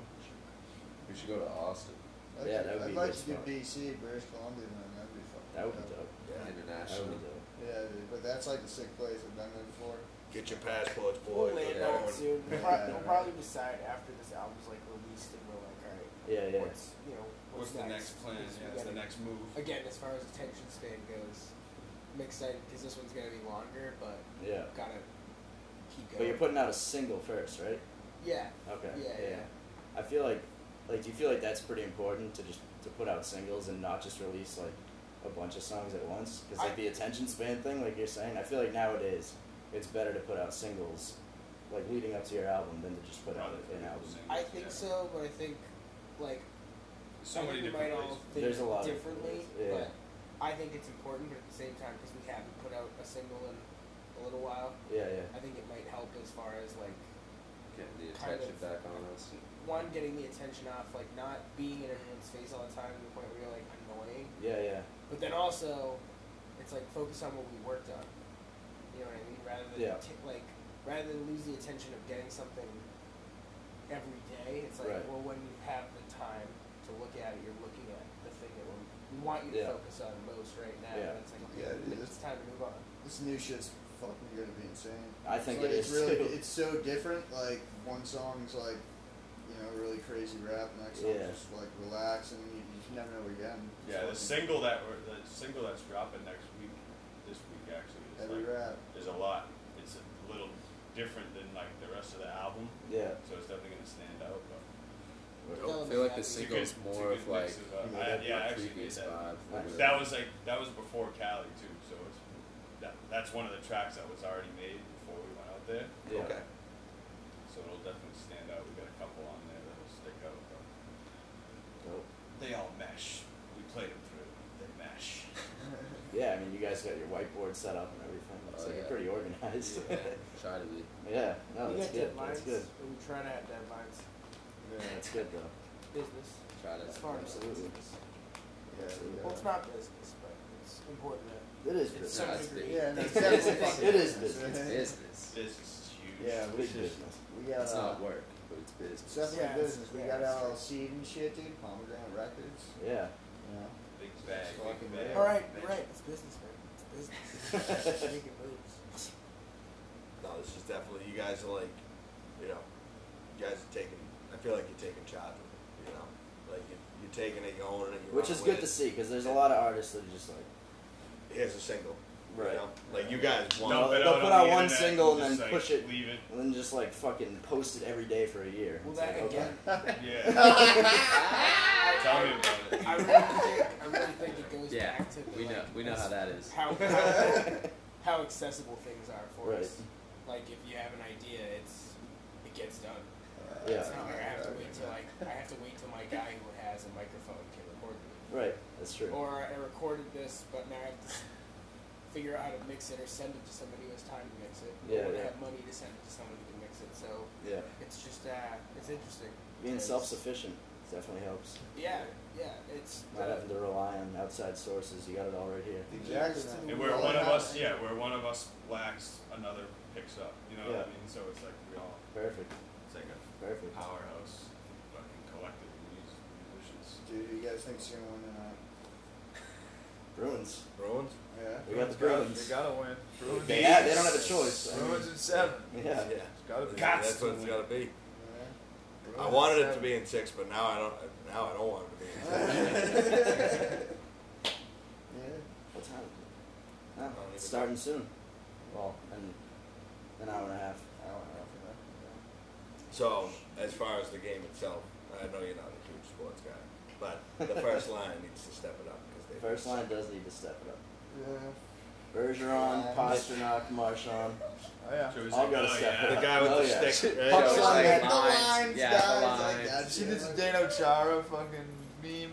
S7: We should go to Austin.
S3: I'd
S2: Yeah,
S3: like-
S2: that would
S3: I'd
S2: be a
S3: like
S2: good
S3: to do
S2: spot.
S3: BC, British Columbia, man. That'd be fucking
S2: That would be
S3: dope.
S2: dope.
S1: Yeah.
S2: That would uh,
S7: International.
S2: be dope.
S3: Yeah, dude, but that's like a sick place. I've been there before.
S1: Get your passports, boy.
S5: We'll land
S1: Go
S5: on
S1: forward.
S5: it soon. We'll,
S3: Yeah,
S5: pro- we'll
S3: right.
S5: probably decide after this album's like released and we're like, all right,
S2: Yeah, yeah.
S5: what's you know
S4: What's
S5: what's,
S4: the next plan?
S5: Because we
S4: Yeah, it's the
S5: gotta-
S4: next move.
S5: Again, as far as attention span goes, I'm excited because this one's gonna be longer, but
S2: Yeah.
S5: gotta keep going.
S2: But you're putting out a single first, right?
S5: yeah,
S2: Okay.
S5: Yeah,
S2: I feel like, like, do you feel like that's pretty important to just to put out singles and not just release like a bunch of songs at once? Because like
S5: I-
S2: the attention span thing, like you're saying, I feel like nowadays it's better to put out singles, like leading up to your album, than to just put out
S4: Rather than
S2: an album.
S4: singles,
S5: I think
S4: yeah.
S5: so, but I think like
S4: So
S5: I
S4: many
S5: think we
S4: different
S5: might
S4: ways.
S5: all think
S2: There's a lot of
S5: differently,
S2: different ways, yeah.
S5: but I think it's important. But at the same time, because we haven't put out a single in a little while,
S2: Yeah, yeah.
S5: I think it might help as far as like
S7: Getting the
S5: Kind
S7: attention
S5: of.
S7: back on us.
S5: one getting the attention off, like not being in everyone's face all the time to the point where you're like annoying.
S2: Yeah, yeah.
S5: But then also, it's like focus on what we worked on. You know what I mean? Rather than
S2: Yeah.
S5: ta- like rather than lose the attention of getting something every day. It's like
S2: Right.
S5: well, when you have the time to look at it, you're looking at the thing that we're, we want you to
S2: Yeah.
S5: focus on most right now.
S2: Yeah.
S5: And it's like okay,
S3: Yeah, dude,
S5: it's time to move on.
S3: This new shit's fucking gonna be insane.
S2: I think
S3: like,
S2: it
S3: it's
S2: is,
S3: really
S2: too.
S3: it's so different. Like one song's like you know really crazy rap, next song's
S2: Yeah.
S3: just like relax, and you, you can never know what you're getting. It's
S4: Yeah, the
S3: fucking
S4: single that we're, the single that's dropping next week, this week actually,
S3: heavy
S4: is like,
S3: rap.
S4: there's a lot. It's a little different than like the rest of the album,
S2: Yeah.
S4: so it's definitely gonna stand out. But
S7: I feel like the
S5: It's a
S4: good-
S7: single's
S4: it's a
S7: more
S4: good
S7: of like
S4: mix of, uh, I- yeah, I
S7: the
S4: actually
S7: previous
S4: did that.
S7: vibe.
S2: Nice.
S7: Like,
S4: that was like that was before Cali too, so it's that that's one of the tracks that was already made before we went out there.
S2: Yeah.
S1: Okay.
S4: So it'll definitely stand out. We got a couple on there that'll stick out. But
S2: Dope.
S4: they all mesh. We played them through. They mesh.
S2: Yeah, I mean, you guys got your whiteboard set up and everything. Looks
S7: Oh,
S2: like
S7: yeah.
S2: you're pretty organized.
S7: yeah, try to be.
S2: yeah. No,
S5: we
S2: that's
S5: got
S2: good.
S5: deadlines.
S2: That's good.
S5: and We try to have deadlines.
S3: Yeah,
S2: That's good though.
S5: Business.
S7: Try to.
S5: As far as
S2: Absolutely.
S3: yeah,
S5: well, it's not business, but it's important. To,
S2: It is
S5: it's
S2: business.
S5: some
S7: Nah, it's
S5: degree.
S7: big.
S3: yeah. yeah no,
S5: It's
S3: it's definitely
S5: business.
S3: fucking
S2: It is business.
S7: It's business.
S4: This is huge.
S3: Yeah, we
S2: Big
S3: should.
S2: business.
S3: We got.
S7: It's
S3: uh,
S7: not work, but it's
S3: It's
S7: business.
S3: definitely
S5: Yeah, it's-
S3: business. We
S5: yeah,
S3: got
S5: it's true.
S3: LLC and shit, dude. Pomegranate Records.
S2: Yeah.
S3: You know.
S4: Big bag.
S3: It's fucking
S4: Big bag.
S3: big.
S5: All right,
S4: Mesh.
S5: all right. It's business, man. It's business. Making moves.
S1: No, this is definitely you guys are like, you know, you guys are taking. I feel like you're taking charge of it. You know, like you, you're taking it, you're owning it. You're
S2: Which
S1: running
S2: is
S1: with
S2: good to
S1: it.
S2: see because there's a lot of artists that are just like,
S1: Here's a single.
S2: Right.
S1: You know? Like you guys want.
S2: No.
S4: Dump it
S2: they'll
S4: out
S2: put
S4: on
S2: out
S4: the
S2: one
S4: internet
S2: single and
S4: just,
S2: then
S4: like,
S2: push it.
S4: Leave it.
S2: and then just like fucking post it every day for a year.
S5: Well,
S2: It's like,
S5: that again.
S4: Yeah.
S2: Ah!
S4: Tell me about it.
S5: I really think I really think it goes
S7: Yeah,
S5: back to the,
S7: we know
S5: like,
S7: we know how that is.
S5: how, how
S2: okay.
S5: how accessible things are for
S2: Right.
S5: us. Like if you have an idea, it's it gets done.
S3: Uh,
S2: yeah.
S5: It's not like I have to wait till like I have to wait till my guy who has a microphone can record me,
S2: Right. That's true.
S5: or I recorded this, but now I have to s- figure out how to mix it or send it to somebody who has time to mix it.
S2: Yeah,
S5: or
S2: yeah.
S5: have money to send it to someone who can mix it. So
S2: yeah.
S5: it's just uh, it's interesting.
S2: Being
S5: because-
S2: self-sufficient definitely helps.
S5: Yeah, yeah. It's
S2: Not
S5: the-
S2: having to rely on outside sources. You got it all right here.
S3: Exactly. man.
S4: And where one of us, yeah, where one of us lacks, another picks up. You know what I
S2: Yeah.
S4: mean? So it's like we all,
S2: Perfect.
S4: it's like a
S2: Perfect.
S4: powerhouse, fucking collective of mus- musicians.
S3: Dude, you guys think someone in
S2: Bruins.
S1: Bruins.
S3: uh,
S2: We got the
S14: They
S2: Bruins.
S14: gotta win. Bruins,
S2: They, yeah, they don't have a choice. I mean,
S14: Bruins in seven.
S2: yeah.
S1: Yeah.
S14: It's gotta be.
S4: Got
S1: That's
S4: to
S1: what it's
S4: win.
S1: gotta be.
S3: yeah?
S1: I wanted it to be in six, but now I don't. Now I don't want it to be in six.
S3: Yeah.
S2: What time? is it? No,
S1: don't even
S2: it's starting soon. Well, in an hour and a half.
S3: I don't know. if enough.
S1: So, as far as the game itself, I know you're not a huge sports guy, but the first line needs to step it up because they
S2: First line does need to step it up.
S3: Yeah.
S2: Bergeron,
S3: Yeah.
S2: Pasternak, Marchand.
S14: Oh yeah.
S4: So it's
S2: All
S4: like,
S2: gotta
S4: oh,
S2: step it
S1: The
S4: yeah.
S2: up.
S1: guy with
S2: Oh,
S1: the
S2: yeah.
S1: stick. Right?
S2: Pucks
S7: Yeah,
S2: on
S7: like
S2: net.
S7: mine.
S3: The lines,
S7: yeah, the
S3: guys, like
S7: lines.
S3: that.
S14: Did you see this Dano Chara fucking meme?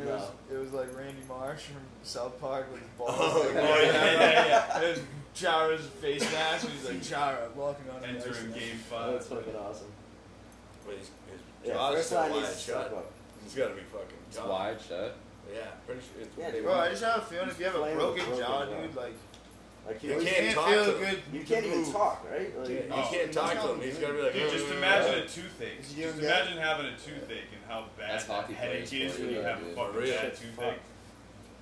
S14: It was, it was like Randy Marsh from South Park with his balls.
S1: Oh,
S14: sticking out.
S4: yeah, yeah, yeah.
S14: And it was Chara's face mask. And he's like Chara walking on.
S4: Enter in game
S2: Oh, that's
S4: five.
S2: fucking awesome.
S1: But he's, he's,
S2: Yeah,
S1: jaw's
S2: first
S1: still
S2: line
S1: wide
S2: needs to
S1: shut.
S2: step up.
S1: He's got to be fucking
S7: It's
S1: tough.
S7: wide shut.
S1: Yeah, pretty sure. It's,
S2: Yeah,
S1: they-
S14: Bro, I just have a feeling if you have a
S2: Playing with
S14: broken
S2: broken
S14: jaw,
S2: jaw.
S14: dude, like
S2: Like
S1: You
S2: you,
S1: can't talk
S3: feel
S1: to
S3: good.
S1: them.
S2: you can't even
S1: move.
S2: talk, right? Like,
S1: You
S4: Oh.
S1: can't talk to him. He's gonna be like,
S4: Dude, just imagine a toothache.
S8: Is
S4: Just
S8: he doing that?
S4: imagine having a toothache and how bad
S7: That's
S4: that
S7: hockey
S4: headache
S7: players
S4: is
S7: for
S4: when you
S7: you,
S4: have a
S7: dude.
S4: fucking
S1: For real.
S4: bad toothache.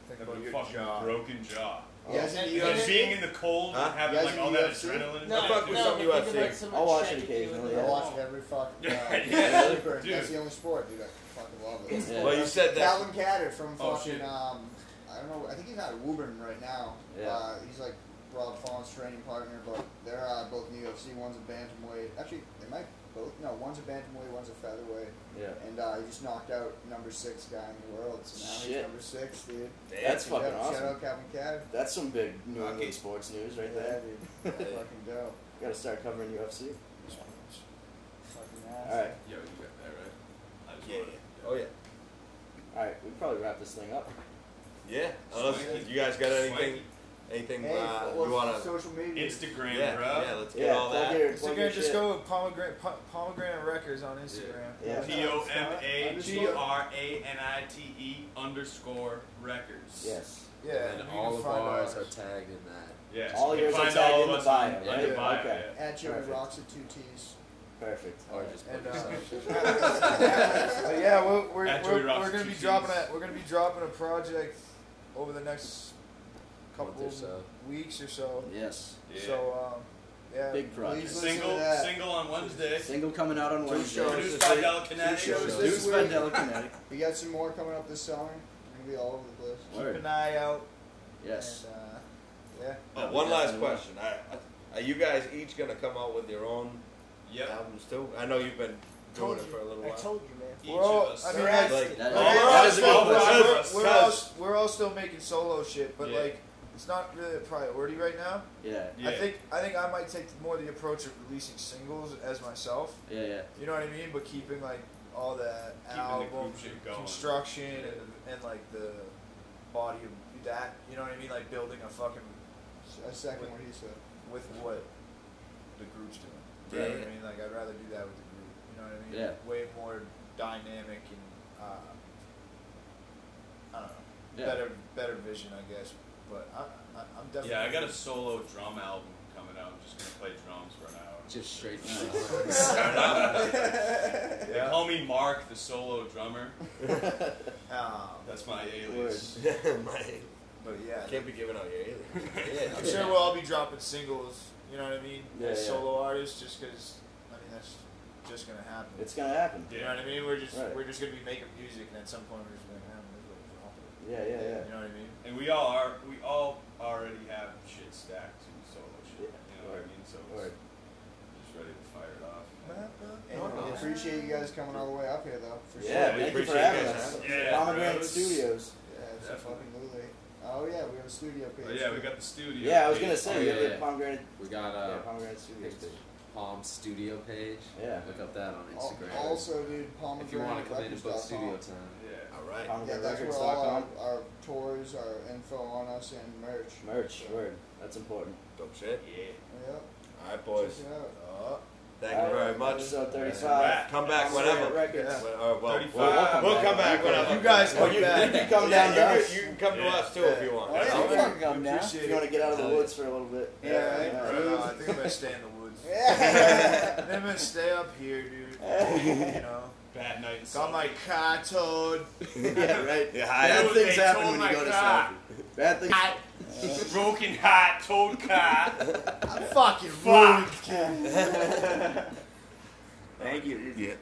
S3: Think
S4: Have
S3: about
S4: a
S3: your
S4: fucking
S3: job.
S4: broken jaw.
S8: Yeah, isn't it
S4: And
S8: UFC?
S4: being in the cold
S1: Huh?
S4: and having
S8: Guys
S4: like
S8: in
S4: all that
S8: UFC?
S4: adrenaline.
S13: No,
S1: fuck
S4: Yeah,
S13: no,
S1: with
S4: dude.
S1: some
S13: but think
S1: UFC.
S13: about so much
S2: I'll watch
S13: shit
S2: it
S13: you do in the
S2: occasionally,
S8: I
S2: yeah.
S13: mall.
S8: watch it every fucking
S4: Yeah,
S8: time.
S4: yeah.
S8: That's
S4: Dude.
S8: the only sport, dude. I fucking love it.
S2: Yeah.
S1: Well, you said that.
S8: Calvin Catter from
S4: Oh,
S8: fucking
S4: shit.
S8: um, I don't know. I think he's out of Woburn right now.
S2: Yeah.
S8: Uh, he's like Rob Font training partner, but they're uh, both in the UFC. One's a bantamweight. Actually, they might both. No, one's a bantamweight, one's a featherweight.
S2: yeah.
S8: And uh, he just knocked out number six guy in the world. So now he's
S2: Shit.
S8: number six, dude.
S2: That's
S8: Shout
S2: fucking
S8: out- Shout
S2: awesome.
S8: out Calvin Catter.
S2: That's some big New England
S1: Hockey.
S2: sports news right
S8: yeah,
S2: there.
S8: dude. fucking go.
S2: Gotta start covering UFC.
S8: Fucking ass.
S2: Alright,
S7: Yo, you got that right.
S4: I just
S1: Yeah,
S4: wanna-
S1: Oh yeah.
S2: alright, we can probably wrap this thing up.
S1: Yeah. Unless you guys got anything, anything
S8: Hey,
S1: uh,
S8: what's
S1: you wanna?
S8: social media?
S4: Instagram,
S1: Yeah,
S4: bro.
S1: yeah. Let's get
S2: yeah,
S1: all
S2: plug
S1: that.
S2: your, plug your
S3: Instagram, just
S2: shit.
S3: go with pomegranate, po- pomegranate records on Instagram.
S2: Yeah.
S4: P O M A G R A N I T E underscore records.
S2: Yes.
S3: Yeah,
S7: and
S3: you
S7: then
S3: can
S7: all of
S3: find
S7: ours
S3: ours.
S7: are tagged in that.
S4: Yeah.
S2: All
S4: you can
S2: yours are
S4: find
S2: tagged
S4: all
S2: in
S4: of
S2: the
S4: us
S2: bio,
S4: in the
S7: right?
S4: bio,
S2: Okay.
S4: yeah.
S8: At Joey
S2: Perfect.
S8: Rocks at two T's.
S2: Perfect.
S7: Or just
S3: And,
S7: put
S3: uh,
S7: yourself.
S3: But yeah, we're we're,
S4: At
S3: we're,
S4: Joey Rock's
S3: we're gonna be
S4: TCs.
S3: dropping a we're gonna be dropping a project over the next couple
S7: Month or so.
S3: weeks or so.
S2: Yes.
S4: Yeah.
S3: So um, yeah,
S2: Big project.
S8: Please listen to
S4: Single,
S8: that.
S4: single on Wednesday.
S2: Single coming out on Wednesday.
S8: shows
S4: Produced by Del Kinetic.
S8: Two shows
S2: Deuce
S8: this
S2: by
S8: week.
S2: Delicanetic.
S8: We got some more coming up this summer. We're gonna be all over the place.
S3: keep
S2: Word.
S3: an eye out.
S2: Yes.
S3: And, uh, yeah.
S1: Oh, one last
S2: Yeah.
S1: question. I, I, are you guys each gonna come out with your own
S4: Yep.
S1: albums too? I know you've been doing
S13: Told
S1: it
S13: you.
S1: for a little
S13: I
S1: while.
S13: told you, man.
S4: Each
S3: We're all-
S4: of us.
S3: I mean,
S13: They're
S3: like-
S13: asking.
S2: That-
S3: Like,
S2: that-
S3: we're,
S2: that
S3: all
S2: is a
S3: still,
S2: good one.
S3: we're-
S4: Cuz-
S3: we're all, we're all still making solo shit, but
S4: Yeah.
S3: like it's not really a priority right now.
S2: Yeah.
S4: yeah.
S3: I think I think I might take more the approach of releasing singles as myself.
S2: Yeah, yeah.
S3: You know what I mean? But keeping like all the
S4: Keeping the
S3: album
S4: group shit going.
S3: construction and, and like the body of that. You know what I mean? Like building a fucking
S8: I second what he said.
S3: with what the group's doing. You know what I mean? Like I'd rather do that with the group. You know what I mean?
S2: Yeah.
S3: Way more dynamic and uh, I don't know.
S2: Yeah.
S3: Better better vision, I guess. But I, I, I'm definitely
S4: Yeah, I got a solo drum album coming out. I'm just gonna play drums for an hour.
S7: Just straight
S4: They
S3: yeah.
S4: call me Mark, the solo drummer.
S3: Um,
S4: That's my alias.
S1: Mate,
S3: but yeah,
S1: can't be giving out your aliens.
S3: I'm sure we'll all be dropping singles. You know what I mean?
S2: Yeah,
S3: as
S2: yeah.
S3: solo artists, just because I mean that's just gonna happen.
S2: It's gonna happen.
S3: you know what I mean? We're just
S2: Right.
S3: we're just gonna be making music, and at some point we're just gonna have to drop it.
S2: Yeah, yeah, yeah.
S3: You know what I mean?
S4: And we all are. We all already have shit stacked to solo shit.
S2: Yeah.
S4: You know what I mean? So
S2: Word.
S4: it's just ready to fire it off.
S8: And we appreciate you guys coming all the way up here, though. For
S2: Yeah,
S1: we
S2: thank
S8: sure.
S2: you for
S1: appreciate
S2: having
S1: you guys
S2: us.
S4: having us. Yeah,
S2: Pomegranate
S4: bros.
S2: Studios.
S8: Yeah, it's
S4: Definitely.
S8: absolutely. Oh yeah, we have a studio page.
S4: But yeah, we got the studio.
S2: Yeah, I was
S4: page.
S2: gonna say
S7: Oh,
S2: we
S7: yeah,
S2: have the
S7: yeah.
S2: Pomegranate.
S7: We got uh,
S2: yeah, Pomegranate Studios.
S7: page. Palm Studio page.
S2: Yeah.
S7: Look up that on
S8: Al-
S7: Instagram.
S8: Also, dude,
S7: if you want to come in and book studio
S8: pomegranate.com.
S7: time.
S4: Yeah.
S1: All right.
S8: Yeah, that's where all
S2: PomegranateRecords.com.
S8: our, our tours, our info on us, and merch.
S2: Merch.
S8: So,
S2: Word. That's important.
S1: Dope shit.
S4: Yeah.
S8: Yep.
S1: All right, boys.
S8: Check it out.
S3: Uh,
S1: Thank you very much.
S2: Episode
S4: Wrap.
S2: thirty-five.
S1: Come back whenever.
S2: Records.
S1: When- or, well,
S4: 35.
S1: we'll, we'll come back whenever.
S3: you guys
S2: Well,
S3: come
S2: you, you
S3: back.
S2: can come
S1: yeah,
S2: down
S1: you can-
S2: to us.
S1: You, can come to
S4: Yeah.
S1: us too if you want.
S8: Oh, yeah.
S2: You
S1: That's all.
S2: can come now. If
S3: Appreciate
S2: you want to get out of the
S7: Hell yeah.
S2: woods for a little bit.
S8: Yeah,
S3: I,
S8: right.
S3: don't know, I think I'm gonna stay in the woods.
S8: Yeah.
S3: I'm gonna stay up here, dude. You know,
S4: Bad night. in
S3: got
S4: Salt
S3: my
S4: Lake.
S3: car towed.
S2: yeah, right.
S1: Yeah,
S2: Bad
S4: Dude,
S2: things
S4: they
S2: happen
S4: told
S2: when you
S4: my
S2: go to
S4: car.
S2: selfie. Bad things.
S4: Hot. Broken hot, told car.
S3: I'm fucking
S4: Fuck.
S3: ruined, kid.
S2: Thank you.
S1: Yeah.